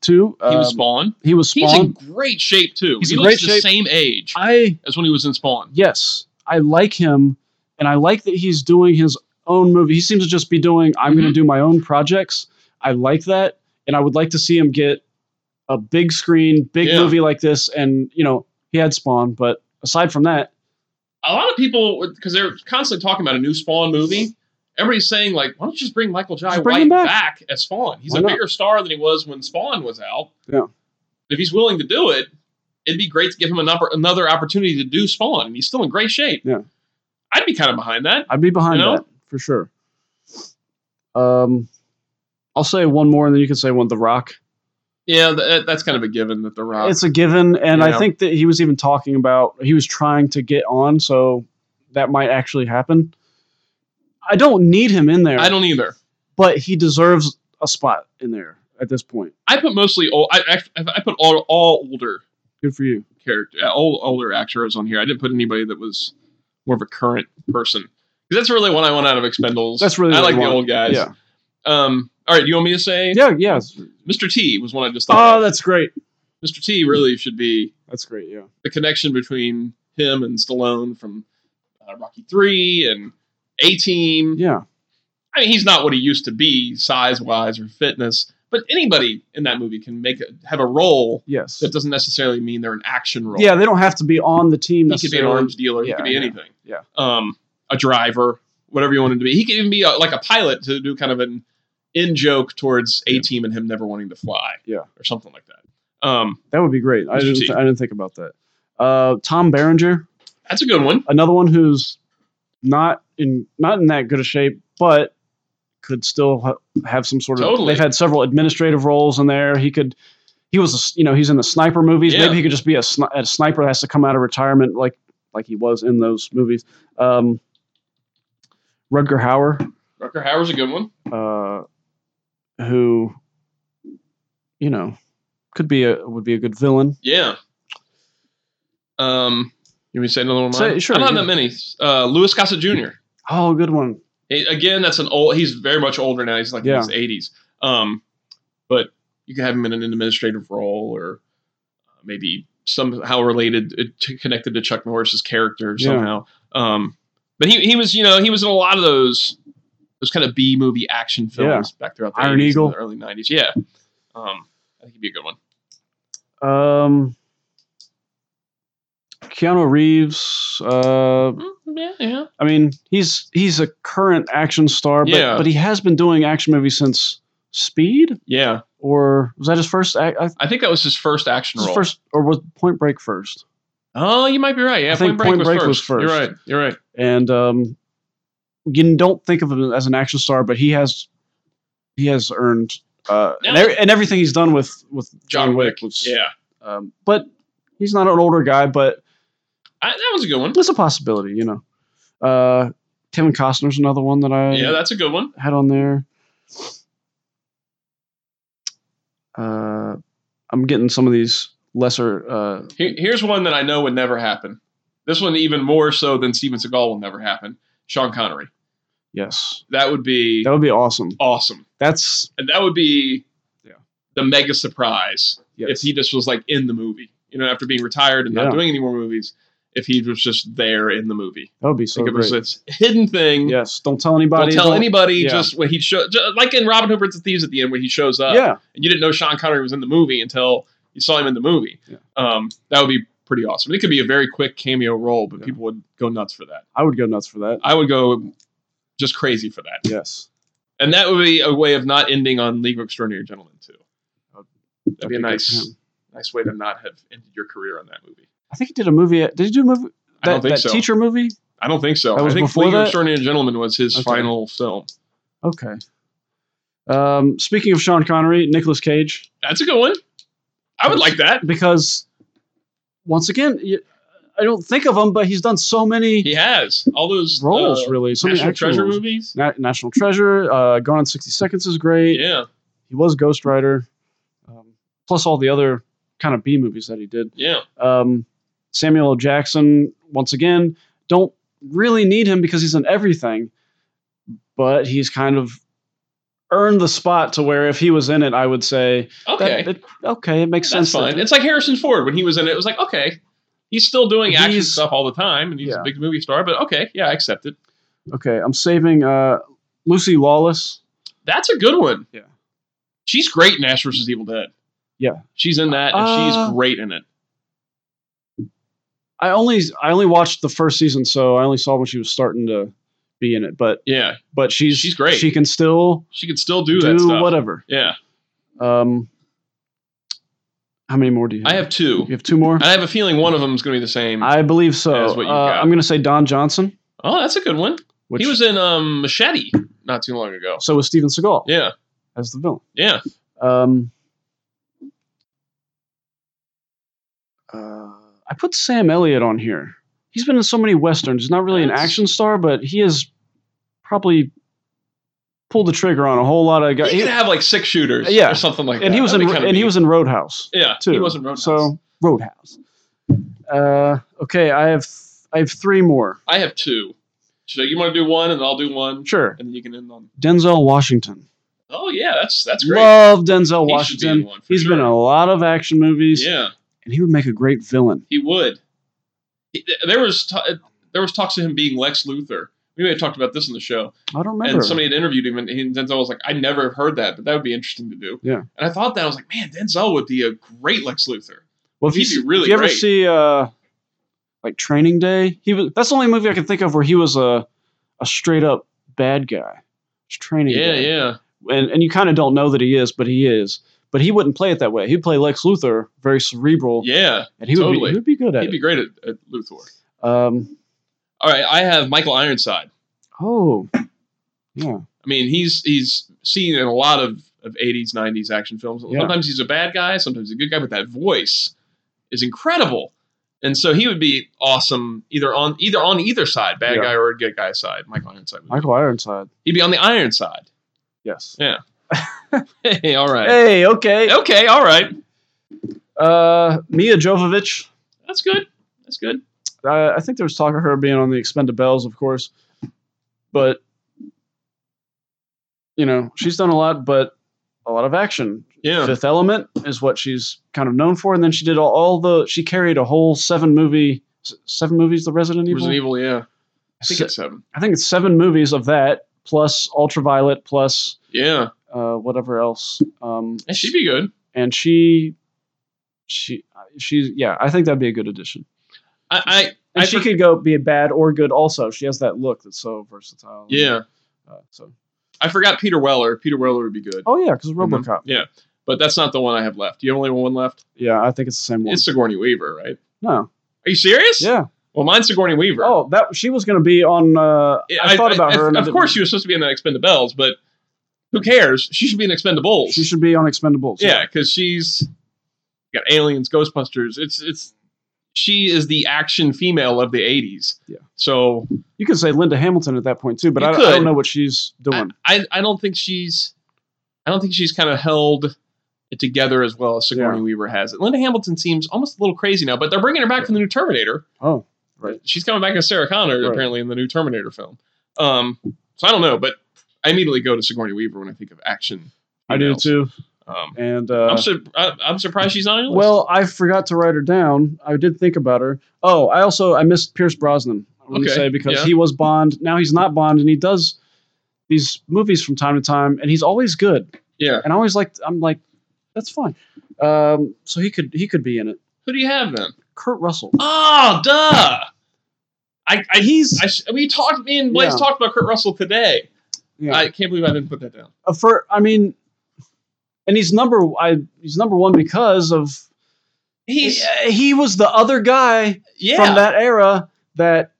Speaker 2: too.
Speaker 1: He was
Speaker 2: Um,
Speaker 1: Spawn.
Speaker 2: He was
Speaker 1: He's in
Speaker 2: Spawn.
Speaker 1: great shape too.
Speaker 2: He's
Speaker 1: he
Speaker 2: in
Speaker 1: looks
Speaker 2: great
Speaker 1: the
Speaker 2: shape.
Speaker 1: same age
Speaker 2: I
Speaker 1: as when he was in Spawn.
Speaker 2: yes, I like him, and I like that he's doing his own movie. He seems to just be doing. I'm
Speaker 1: Mm-hmm.
Speaker 2: going to do my own projects. I like that, and I would like to see him get a big screen, big
Speaker 1: Yeah.
Speaker 2: movie like this. And you know, he had Spawn, but aside from that,
Speaker 1: A lot of people, because they're constantly talking about a new Spawn movie, everybody's saying like, "Why don't you just bring Michael Jai
Speaker 2: Just bring
Speaker 1: White
Speaker 2: him
Speaker 1: back.
Speaker 2: back.
Speaker 1: as Spawn? He's
Speaker 2: Why
Speaker 1: a
Speaker 2: not?
Speaker 1: bigger star than he was when Spawn was out.
Speaker 2: Yeah.
Speaker 1: If he's willing to do it, it'd be great to give him an oppor- another opportunity to do Spawn, and he's still in great shape.
Speaker 2: Yeah.
Speaker 1: I'd be kind of behind that.
Speaker 2: I'd be behind
Speaker 1: You know?
Speaker 2: that for sure. Um, I'll say one more, and then you can say one. The Rock.
Speaker 1: Yeah, that, that's kind of a given that the Rock.
Speaker 2: It's a given, and
Speaker 1: Yeah.
Speaker 2: I think that he was even talking about he was trying to get on, so that might actually happen. I don't need him in there,
Speaker 1: I don't either.
Speaker 2: but he deserves a spot in there at this point.
Speaker 1: I put mostly old. I act- I put all, all older
Speaker 2: Good for you.
Speaker 1: character, uh, all older actors on here. I didn't put anybody that was more of a current person 'Cause that's really what I want out of Expendables.
Speaker 2: That's really
Speaker 1: I
Speaker 2: what
Speaker 1: like
Speaker 2: you
Speaker 1: the
Speaker 2: want.
Speaker 1: old guys.
Speaker 2: Yeah,
Speaker 1: Um. All right. Do you want me to say?
Speaker 2: yeah, yeah.
Speaker 1: Mr. T was one I just thought.
Speaker 2: Oh,
Speaker 1: of.
Speaker 2: that's great.
Speaker 1: Mr. T really should be
Speaker 2: That's great. Yeah,
Speaker 1: the connection between him and Stallone from uh, Rocky Three and A Team.
Speaker 2: yeah.
Speaker 1: I mean, he's not what he used to be, size wise or fitness. But anybody in that movie can make a, have a role
Speaker 2: Yes.
Speaker 1: that doesn't necessarily mean they're an action role.
Speaker 2: Yeah, they don't have to be on the team.
Speaker 1: he could be an
Speaker 2: necessarily.
Speaker 1: arms dealer. he
Speaker 2: Yeah,
Speaker 1: could be
Speaker 2: yeah,
Speaker 1: anything.
Speaker 2: yeah.
Speaker 1: Um, a driver, whatever you want him to be. He could even be a, like a pilot to do kind of an in joke towards
Speaker 2: Yeah.
Speaker 1: a team and him never wanting to fly.
Speaker 2: Yeah.
Speaker 1: Or something like that. Um,
Speaker 2: That would be great. I
Speaker 1: Mr.
Speaker 2: didn't.
Speaker 1: T.
Speaker 2: I didn't think about that. Uh, Tom Berenger,
Speaker 1: that's a good one.
Speaker 2: another one who's not in not in that good a shape, but could still ha- have some sort of.
Speaker 1: Totally.
Speaker 2: They've had several administrative roles in there. He could. He was, a s you know, he's in the sniper movies.
Speaker 1: Yeah.
Speaker 2: Maybe he could just be a, sni- a sniper that has to come out of retirement, like like he was in those movies. Um, Rudger Hauer,
Speaker 1: Rucker Hauer's a good one.
Speaker 2: uh, who, you know, could be a would be a good villain.
Speaker 1: Yeah. Um, you want me to say another one? of
Speaker 2: Say-
Speaker 1: mine?
Speaker 2: sure,
Speaker 1: I don't
Speaker 2: yeah.
Speaker 1: have that many. Uh, Louis Gossett Jr.
Speaker 2: Oh, good one.
Speaker 1: He- again, that's an old. He's very much older now. He's like
Speaker 2: Yeah.
Speaker 1: in his eighties. Um, but you can have him in an administrative role, or uh, maybe somehow related, uh, to- connected to Chuck Norris's character
Speaker 2: Yeah.
Speaker 1: somehow. Um, but he he was you know he was in a lot of those those kind of B movie action films back throughout the
Speaker 2: Iron
Speaker 1: 80s and
Speaker 2: Eagle.
Speaker 1: the early nineties. Yeah, um, I think he'd be a good one.
Speaker 2: Um, Keanu Reeves. Uh,
Speaker 1: Mm, yeah, yeah.
Speaker 2: I mean, he's he's a current action star, but
Speaker 1: Yeah.
Speaker 2: but he has been doing action movies since Speed,
Speaker 1: Yeah,
Speaker 2: or was that his first? Act, I,
Speaker 1: I think that was his first action
Speaker 2: his
Speaker 1: role.
Speaker 2: first, or was Point Break first?
Speaker 1: oh, you might be right. Yeah,
Speaker 2: I think Point Break was
Speaker 1: You're
Speaker 2: first.
Speaker 1: right. You're right.
Speaker 2: And um, you don't think of him as an action star, but he has he has earned. Uh, and,
Speaker 1: Yeah.
Speaker 2: every, and everything he's done with with
Speaker 1: John, Wick.
Speaker 2: was,
Speaker 1: Yeah,
Speaker 2: um, but he's not an older guy, but
Speaker 1: I, that was a good one.
Speaker 2: it's a possibility, you know. Uh, Um, Kevin Costner's another one that I
Speaker 1: Yeah, that's a good one.
Speaker 2: had on there. Uh, I'm getting some of these lesser. Uh,
Speaker 1: Here, here's one that I know would never happen. This one even more so than Steven Seagal will never happen. Sean Connery.
Speaker 2: yes,
Speaker 1: That would be
Speaker 2: that would be awesome.
Speaker 1: awesome,
Speaker 2: That's
Speaker 1: and that would be
Speaker 2: Yeah.
Speaker 1: the mega surprise
Speaker 2: yes.
Speaker 1: if he just was like in the movie. You know, after being retired and
Speaker 2: Yeah.
Speaker 1: not doing any more movies, if he was just there in the movie,
Speaker 2: that would be so
Speaker 1: think of it as
Speaker 2: great.
Speaker 1: this hidden thing.
Speaker 2: Yes, don't tell anybody.
Speaker 1: Don't tell anybody.
Speaker 2: yeah.
Speaker 1: Just when he show, just like in Robin Hood Prince of Thieves at the end, where he shows up,
Speaker 2: Yeah,
Speaker 1: and you didn't know Sean Connery was in the movie until you saw him in the movie.
Speaker 2: Yeah.
Speaker 1: Um, that would be pretty awesome. And It could be a very quick cameo role, but
Speaker 2: Yeah.
Speaker 1: people would go nuts for that.
Speaker 2: I would go nuts for that.
Speaker 1: I would go just crazy for that,
Speaker 2: Yes,
Speaker 1: and that would be a way of not ending on League of Extraordinary Gentlemen too. That'd be a
Speaker 2: That'd be good
Speaker 1: nice,
Speaker 2: for him.
Speaker 1: nice way to not have ended your career on that movie.
Speaker 2: I think he did a movie. Did he do a movie? That,
Speaker 1: I don't think
Speaker 2: that
Speaker 1: so.
Speaker 2: teacher movie.
Speaker 1: I don't think so.
Speaker 2: That
Speaker 1: I
Speaker 2: was
Speaker 1: think
Speaker 2: before
Speaker 1: League of
Speaker 2: that?
Speaker 1: Extraordinary Gentlemen was his
Speaker 2: Okay.
Speaker 1: final film.
Speaker 2: Okay. Um, speaking of Sean Connery, Nicolas Cage,
Speaker 1: That's a good one. I would like that.
Speaker 2: because once again, y- I don't think of him, but he's done so many
Speaker 1: He has all those
Speaker 2: roles.
Speaker 1: uh,
Speaker 2: really, so many
Speaker 1: National
Speaker 2: action
Speaker 1: Treasure
Speaker 2: roles.
Speaker 1: movies.
Speaker 2: Na- National Treasure, uh, Gone in sixty seconds is great.
Speaker 1: Yeah,
Speaker 2: He was Ghost Rider, um, plus all the other kind of B movies that he did.
Speaker 1: yeah.
Speaker 2: Um, Samuel L. Jackson, once again, don't really need him because he's in everything, but he's kind of earned the spot to where if he was in it, I would say,
Speaker 1: Okay.
Speaker 2: that- it- okay, it makes
Speaker 1: That's
Speaker 2: sense. that-
Speaker 1: fine. It's like Harrison Ford when he was in it. It was like, okay, he's still doing action
Speaker 2: He's-
Speaker 1: stuff all the time, and he's
Speaker 2: Yeah.
Speaker 1: a big movie star. But okay, yeah, I accept it.
Speaker 2: Okay, I'm saving uh, Lucy Lawless.
Speaker 1: That's a good one.
Speaker 2: Yeah.
Speaker 1: she's great in Ash vs. Evil Dead.
Speaker 2: Yeah.
Speaker 1: she's in that, and
Speaker 2: Uh,
Speaker 1: she's great in it.
Speaker 2: I only I only watched the first season, so I only saw when she was starting to be in it. But
Speaker 1: Yeah,
Speaker 2: but she's
Speaker 1: She's great.
Speaker 2: She can still
Speaker 1: she could still do,
Speaker 2: do,
Speaker 1: that stuff.
Speaker 2: whatever.
Speaker 1: Yeah,
Speaker 2: Um, how many more do you? Have?
Speaker 1: I have two.
Speaker 2: You have two more.
Speaker 1: And I have a feeling one of them is going to be the same.
Speaker 2: I believe so.
Speaker 1: That is what you
Speaker 2: Uh,
Speaker 1: got.
Speaker 2: I'm going to say Don Johnson,
Speaker 1: oh, that's a good one.
Speaker 2: which
Speaker 1: he was in um, Machete not too long ago.
Speaker 2: so was Steven Seagal
Speaker 1: Yeah,
Speaker 2: as the villain.
Speaker 1: yeah.
Speaker 2: Um, uh, I put Sam Elliott on here. He's been in so many westerns. He's not really an
Speaker 1: That's-
Speaker 2: action star, but he has probably pulled the trigger on a whole lot of guys.
Speaker 1: he could have like six shooters,
Speaker 2: Yeah.
Speaker 1: or something like that.
Speaker 2: and he was in
Speaker 1: That'd be
Speaker 2: and
Speaker 1: kinda
Speaker 2: he
Speaker 1: neat.
Speaker 2: was in Roadhouse
Speaker 1: yeah,
Speaker 2: too.
Speaker 1: he wasn't Roadhouse.
Speaker 2: So Roadhouse. Uh, okay, I have I have three more.
Speaker 1: I have two. So you want to do one, and I'll do one,
Speaker 2: Sure,
Speaker 1: and then you can end on.
Speaker 2: Denzel Washington.
Speaker 1: Oh yeah, that's that's great.
Speaker 2: Love Denzel
Speaker 1: He should be in
Speaker 2: Washington.
Speaker 1: one for
Speaker 2: He's been in
Speaker 1: sure.
Speaker 2: a lot of action movies,
Speaker 1: yeah,
Speaker 2: and he would make a great villain.
Speaker 1: he would. He- There was t- there was talks of him being Lex Luthor. We may have talked about this in the show,
Speaker 2: I don't remember.
Speaker 1: and somebody had interviewed him, and he- and Denzel was like, "I never have heard that, but that would be interesting to do."
Speaker 2: Yeah.
Speaker 1: and I thought that I was like, "Man, Denzel would be a great Lex Luthor."
Speaker 2: well, if you,
Speaker 1: he'd be
Speaker 2: see-
Speaker 1: really
Speaker 2: if you ever
Speaker 1: great.
Speaker 2: see uh, like Training Day, he was. That's the only movie I can think of where he was a a straight up bad guy. It's Training
Speaker 1: Yeah,
Speaker 2: Day,
Speaker 1: yeah,
Speaker 2: and and you kind of don't know that he is, but he is. But he wouldn't play it that way. He'd play Lex Luthor, very cerebral,
Speaker 1: yeah.
Speaker 2: and he would be,
Speaker 1: totally.
Speaker 2: he would be good at
Speaker 1: He'd be
Speaker 2: it.
Speaker 1: great at, at Luthor.
Speaker 2: um,
Speaker 1: All right, I have Michael Ironside.
Speaker 2: oh, yeah,
Speaker 1: I mean, he's he's seen in a lot of, of 80s, 90s action films.
Speaker 2: Yeah.
Speaker 1: Sometimes he's a bad guy, sometimes he's a good guy, but that voice is incredible. And so he would be awesome either on either on either side, bad
Speaker 2: Yeah.
Speaker 1: guy or good guy side. Michael Ironside. Would be.
Speaker 2: Michael Ironside.
Speaker 1: He'd be on the iron side. <laughs>
Speaker 2: Yes.
Speaker 1: Hey, all right.
Speaker 2: Hey, okay.
Speaker 1: Okay, all right.
Speaker 2: Uh, Mia Jovovich.
Speaker 1: That's good. That's good.
Speaker 2: I, I think there was talk of her being on the Expendables, of course, but you know she's done a lot, but a lot of action.
Speaker 1: Yeah.
Speaker 2: Fifth Element is what she's kind of known for, and then she did all, all the she carried a whole seven movie s- seven movies. The Resident Evil.
Speaker 1: Resident Evil, yeah. I think
Speaker 2: Se-
Speaker 1: it's seven.
Speaker 2: I think it's seven movies of that plus Ultraviolet plus
Speaker 1: Yeah.
Speaker 2: uh, whatever else. Um,
Speaker 1: And she'd be good.
Speaker 2: and she she uh, she's yeah i think that'd be a good addition
Speaker 1: I, I
Speaker 2: and
Speaker 1: I
Speaker 2: she
Speaker 1: for-
Speaker 2: could go be a bad or good also she has that look that's so versatile
Speaker 1: yeah.
Speaker 2: uh, so
Speaker 1: I forgot Peter Weller. Peter Weller would be good.
Speaker 2: oh yeah because
Speaker 1: Mm-hmm.
Speaker 2: robocop
Speaker 1: Yeah. But that's not the one I have left. Do you only have one left?
Speaker 2: yeah i think it's the same one
Speaker 1: It's Sigourney Weaver, right?
Speaker 2: no
Speaker 1: Are you serious?
Speaker 2: yeah
Speaker 1: Well, mine's Sigourney Weaver.
Speaker 2: oh that she was going to be on uh i, thought about her and I
Speaker 1: Of
Speaker 2: didn't-
Speaker 1: course, she was supposed to be in the Expendables, but who cares? She should be in Expendables.
Speaker 2: she should be on expendables
Speaker 1: yeah, because she's got aliens, Ghostbusters. It's it's she is the action female of the '80s.
Speaker 2: Yeah.
Speaker 1: So
Speaker 2: you could say linda hamilton at that point too but
Speaker 1: You
Speaker 2: I, I
Speaker 1: could.
Speaker 2: don't know what she's
Speaker 1: I,
Speaker 2: doing
Speaker 1: I I don't think she's I don't think she's kind of held it together as well as Sigourney Weaver has it. Linda Hamilton seems almost a little crazy now, but they're bringing her back from the new Terminator.
Speaker 2: Oh, right.
Speaker 1: She's coming back as Sarah Connor
Speaker 2: Right.
Speaker 1: apparently in the new Terminator film. Um, so I don't know, but I immediately go to Sigourney Weaver when I think of action.
Speaker 2: I do
Speaker 1: females.
Speaker 2: too.
Speaker 1: Um,
Speaker 2: And uh,
Speaker 1: I'm, sur- I- I'm surprised she's on your list.
Speaker 2: well, I forgot to write her down. I did think about her. Oh, I also I missed Pierce Brosnan. I want
Speaker 1: Okay,
Speaker 2: to say because
Speaker 1: yeah.
Speaker 2: he was Bond. Now he's not Bond, and he does these movies from time to time, and he's always good.
Speaker 1: yeah.
Speaker 2: And I always like I'm like, that's fine. Um, so he could he could be in it.
Speaker 1: Who do you have then?
Speaker 2: Kurt Russell.
Speaker 1: Oh, duh. I, I
Speaker 2: He's
Speaker 1: I, sh- we talked. Me and Blaze
Speaker 2: Yeah.
Speaker 1: talked about Kurt Russell today.
Speaker 2: yeah.
Speaker 1: I can't believe I didn't put that down.
Speaker 2: Uh, for I mean, and he's number I he's number one because of
Speaker 1: He's
Speaker 2: Uh, he was the other guy
Speaker 1: yeah.
Speaker 2: from that era that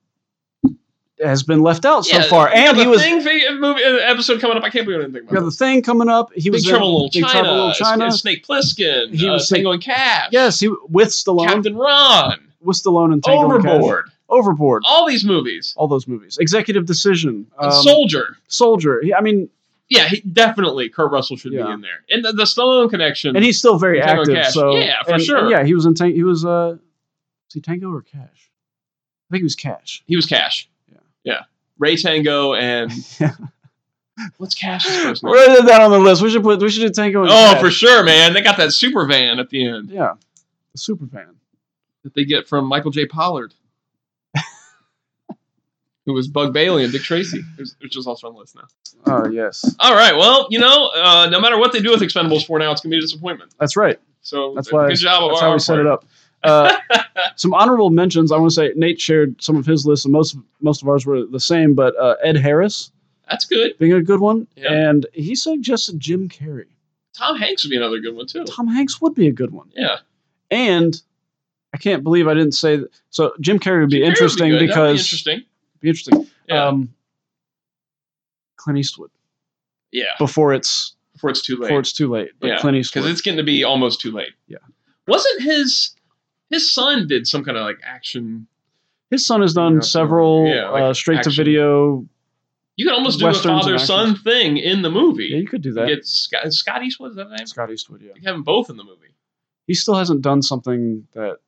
Speaker 2: has been left out so
Speaker 1: Yeah,
Speaker 2: far.
Speaker 1: we got
Speaker 2: And
Speaker 1: the
Speaker 2: he was
Speaker 1: thing vi- movie uh, episode coming up. I can't believe I didn't think
Speaker 2: we got
Speaker 1: about.
Speaker 2: the
Speaker 1: it.
Speaker 2: thing coming up. He
Speaker 1: Big
Speaker 2: was in
Speaker 1: Trouble in Little
Speaker 2: Big
Speaker 1: China.
Speaker 2: Trouble in Little China.
Speaker 1: S- Snake Plissken.
Speaker 2: He
Speaker 1: He
Speaker 2: was
Speaker 1: was
Speaker 2: Snake-
Speaker 1: Tango and Cash.
Speaker 2: yes, he with Stallone,
Speaker 1: Captain Ron.
Speaker 2: with Stallone and Tango and Cash.
Speaker 1: Overboard.
Speaker 2: Overboard,
Speaker 1: All these movies.
Speaker 2: all those movies. Executive Decision, um,
Speaker 1: And Soldier.
Speaker 2: Soldier. He, I mean,
Speaker 1: Yeah, he, definitely Kurt Russell should be
Speaker 2: Yeah.
Speaker 1: in there. And the, the Stallone connection.
Speaker 2: and he's still very
Speaker 1: Tango and
Speaker 2: active.
Speaker 1: Cash.
Speaker 2: So
Speaker 1: Yeah, for
Speaker 2: and-
Speaker 1: sure.
Speaker 2: Yeah, he was in Tango. He was uh, was he Tango or Cash? I think he was Cash.
Speaker 1: he was Cash.
Speaker 2: Yeah.
Speaker 1: Yeah. Ray Tango
Speaker 2: <laughs>
Speaker 1: and
Speaker 2: Yeah.
Speaker 1: what's <gasps> Cash's first name?
Speaker 2: We're gonna put that on the list. We should put we should do Tango. And
Speaker 1: Oh,
Speaker 2: Cash.
Speaker 1: for sure, man. They got that super van at the end
Speaker 2: Yeah, the super fan.
Speaker 1: that they get from Michael J.
Speaker 2: <laughs>
Speaker 1: Pollard, who was Bug Bailey and Dick Tracy, who's- which is also on the list now.
Speaker 2: Oh yes,
Speaker 1: All right. Well, you know, uh, no matter what they do with Expendables 4 now, it's going to be a disappointment.
Speaker 2: that's right.
Speaker 1: So
Speaker 2: That's why-
Speaker 1: good job. of
Speaker 2: That's how
Speaker 1: our
Speaker 2: we set it up. Uh, <laughs> some honorable mentions. I want to say Nate shared some of his lists, and most most of ours were the same. But uh, Ed Harris
Speaker 1: That's good.
Speaker 2: being a good one,
Speaker 1: Yeah.
Speaker 2: and he suggested Jim Carrey.
Speaker 1: Tom Hanks would be another good one, too.
Speaker 2: Tom Hanks would be a good one,
Speaker 1: Yeah.
Speaker 2: and I can't believe I didn't say that. so. Jim Carrey would be
Speaker 1: Jim Carrey would
Speaker 2: interesting
Speaker 1: good. That'd be
Speaker 2: because
Speaker 1: interesting.
Speaker 2: be interesting.
Speaker 1: Yeah.
Speaker 2: Um, Clint Eastwood
Speaker 1: yeah.
Speaker 2: before it's
Speaker 1: Before it's too late.
Speaker 2: before it's too late. But
Speaker 1: Yeah,
Speaker 2: Clint
Speaker 1: because
Speaker 2: Eastwood.
Speaker 1: it's getting to be almost too late.
Speaker 2: Yeah.
Speaker 1: Wasn't his his son did some kind of like action?
Speaker 2: His son has done
Speaker 1: Yeah,
Speaker 2: several
Speaker 1: yeah, like
Speaker 2: uh, straight
Speaker 1: action.
Speaker 2: to video.
Speaker 1: You could almost do
Speaker 2: Westerns
Speaker 1: a
Speaker 2: and
Speaker 1: father son thing in the movie.
Speaker 2: Yeah, you could do
Speaker 1: You
Speaker 2: that.
Speaker 1: get Scott, Scott Eastwood, is that his name?
Speaker 2: Scott Eastwood, yeah.
Speaker 1: You have them both in the movie.
Speaker 2: He still hasn't done something that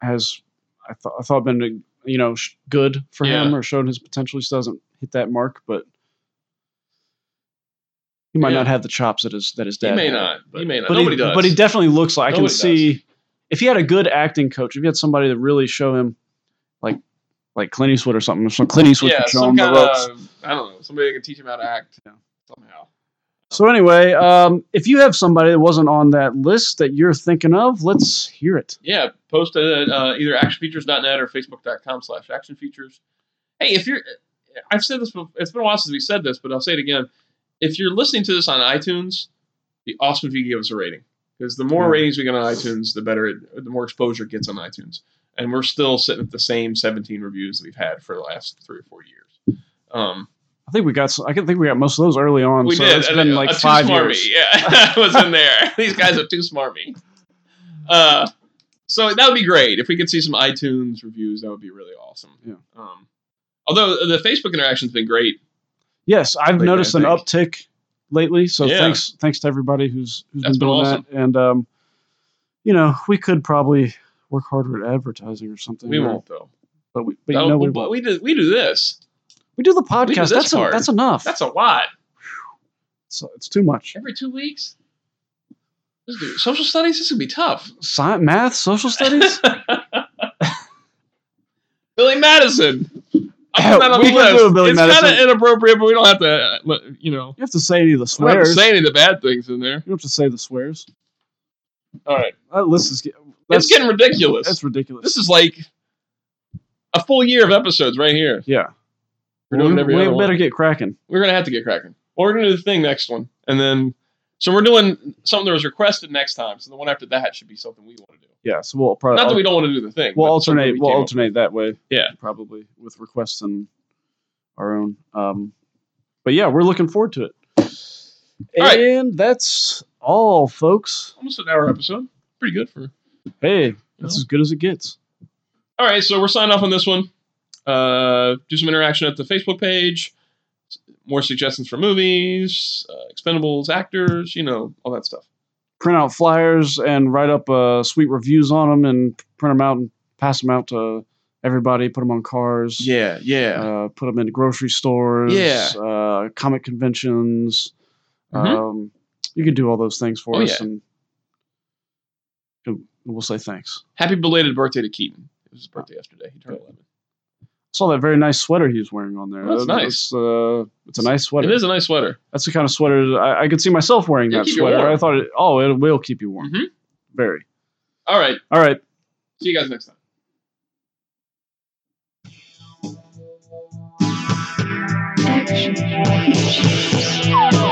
Speaker 2: has, I thought, I thought been you know sh- good for him
Speaker 1: Yeah.
Speaker 2: or shown his potential. He still hasn't hit that mark, but he might
Speaker 1: Yeah.
Speaker 2: not have the chops that his that his dad.
Speaker 1: he may
Speaker 2: had.
Speaker 1: not. He may not.
Speaker 2: But
Speaker 1: Nobody
Speaker 2: he,
Speaker 1: does.
Speaker 2: But he definitely looks like. I
Speaker 1: Nobody
Speaker 2: can
Speaker 1: does.
Speaker 2: see if he had a good acting coach. If he had somebody to really show him, like like Clint Eastwood or something. So Clint Eastwood
Speaker 1: yeah,
Speaker 2: could show
Speaker 1: some
Speaker 2: him the
Speaker 1: kind
Speaker 2: ropes.
Speaker 1: of I don't know. Somebody that can teach him how to act
Speaker 2: Yeah.
Speaker 1: somehow.
Speaker 2: So anyway, um, if you have somebody that wasn't on that list that you're thinking of, let's hear it.
Speaker 1: Yeah, post it at uh, either actionfeatures.net or facebook.com slash actionfeatures. Hey, if you're, I've said this, before, it's been a while since we said this, but I'll say it again. If you're listening to this on iTunes, it'd be awesome if you could give us a rating because the more
Speaker 2: Yeah.
Speaker 1: ratings we get on iTunes, the better it, the more exposure it gets on iTunes. And we're still sitting at the same 17 reviews that we've had for the last three or four years. Um,
Speaker 2: I think we got. s- I can think we got most of those early on.
Speaker 1: we
Speaker 2: Um, so
Speaker 1: did.
Speaker 2: It's
Speaker 1: and
Speaker 2: been
Speaker 1: a-
Speaker 2: like
Speaker 1: a too
Speaker 2: five
Speaker 1: smart
Speaker 2: years.
Speaker 1: me. Yeah, <laughs> I was in there. These guys are too smart me. Uh, so that would be great if we could see some iTunes reviews. That would be really awesome.
Speaker 2: Yeah.
Speaker 1: Um, although the Facebook interaction's been great.
Speaker 2: Yes, I've
Speaker 1: Lately,
Speaker 2: noticed
Speaker 1: I
Speaker 2: an
Speaker 1: think.
Speaker 2: uptick lately. So
Speaker 1: Yeah.
Speaker 2: thanks, thanks to everybody who's who's
Speaker 1: That's
Speaker 2: been doing
Speaker 1: been
Speaker 2: that. And um, you know, we could probably work harder at advertising or something.
Speaker 1: We
Speaker 2: or-
Speaker 1: won't though.
Speaker 2: But we, but
Speaker 1: No,
Speaker 2: you know, we
Speaker 1: but
Speaker 2: won't.
Speaker 1: we do we do this.
Speaker 2: We do the
Speaker 1: do
Speaker 2: podcast.
Speaker 1: this
Speaker 2: that's a,
Speaker 1: part.
Speaker 2: that's enough.
Speaker 1: That's a lot
Speaker 2: so it's too much.
Speaker 1: every two weeks. This is- Social studies. This would be tough.
Speaker 2: Science, math,
Speaker 1: <laughs>
Speaker 2: social studies.
Speaker 1: Billy Madison. I put that on
Speaker 2: We
Speaker 1: the
Speaker 2: can
Speaker 1: list.
Speaker 2: do a Billy
Speaker 1: it's kind
Speaker 2: Madison.
Speaker 1: of inappropriate, but we don't have to. uh, let- You know,
Speaker 2: you have to say any of the
Speaker 1: we don't have to
Speaker 2: swears.
Speaker 1: say any of the bad things in there.
Speaker 2: You don't have to say the swears.
Speaker 1: All right.
Speaker 2: That list is get- that's,
Speaker 1: it's getting ridiculous.
Speaker 2: that's ridiculous.
Speaker 1: this is like a full year of episodes right here.
Speaker 2: yeah,
Speaker 1: We're doing
Speaker 2: we,
Speaker 1: every
Speaker 2: we
Speaker 1: other
Speaker 2: better
Speaker 1: one.
Speaker 2: get cracking.
Speaker 1: We're gonna have to get cracking. Or we're gonna do the thing next one, and then so we're doing something that was requested next time. So the one after that should be something we want to do.
Speaker 2: Yeah, so we'll probably
Speaker 1: Not that we don't want to do the thing.
Speaker 2: Uh, we'll
Speaker 1: but something
Speaker 2: alternate
Speaker 1: we
Speaker 2: we'll
Speaker 1: came up
Speaker 2: alternate that way.
Speaker 1: Yeah.
Speaker 2: probably with requests and our own. Um, but yeah, we're looking forward to it.
Speaker 1: All right.
Speaker 2: and that's all, folks.
Speaker 1: with. almost an hour episode. Pretty good for. you
Speaker 2: Hey, that's
Speaker 1: know?
Speaker 2: as good as it gets.
Speaker 1: All right, so we're signing off on this one. Uh, do some interaction at the Facebook page. More suggestions for movies, uh, Expendables, actors, you know, all that stuff.
Speaker 2: print out flyers and write up uh, sweet reviews on them and print them out and pass them out to everybody. Put them on cars.
Speaker 1: Yeah, yeah.
Speaker 2: Uh, put them into grocery stores.
Speaker 1: Yeah.
Speaker 2: Uh, comic conventions.
Speaker 1: Mhm.
Speaker 2: Um, you could do all those things for
Speaker 1: Oh,
Speaker 2: us, and and we'll say thanks.
Speaker 1: Happy belated birthday to Keaton. It was his birthday yesterday. He turned 11.
Speaker 2: saw that very nice sweater he's wearing on there.
Speaker 1: Oh, that's
Speaker 2: That-
Speaker 1: nice.
Speaker 2: uh, it's a nice sweater.
Speaker 1: It is a nice sweater.
Speaker 2: That's the kind of sweater that I, I could see myself wearing
Speaker 1: It'll
Speaker 2: that
Speaker 1: keep you
Speaker 2: sweater.
Speaker 1: warm.
Speaker 2: I thought, it, oh, it will keep you warm.
Speaker 1: Mhm.
Speaker 2: Very.
Speaker 1: All right.
Speaker 2: All right.
Speaker 1: See you guys next time.
Speaker 3: Action.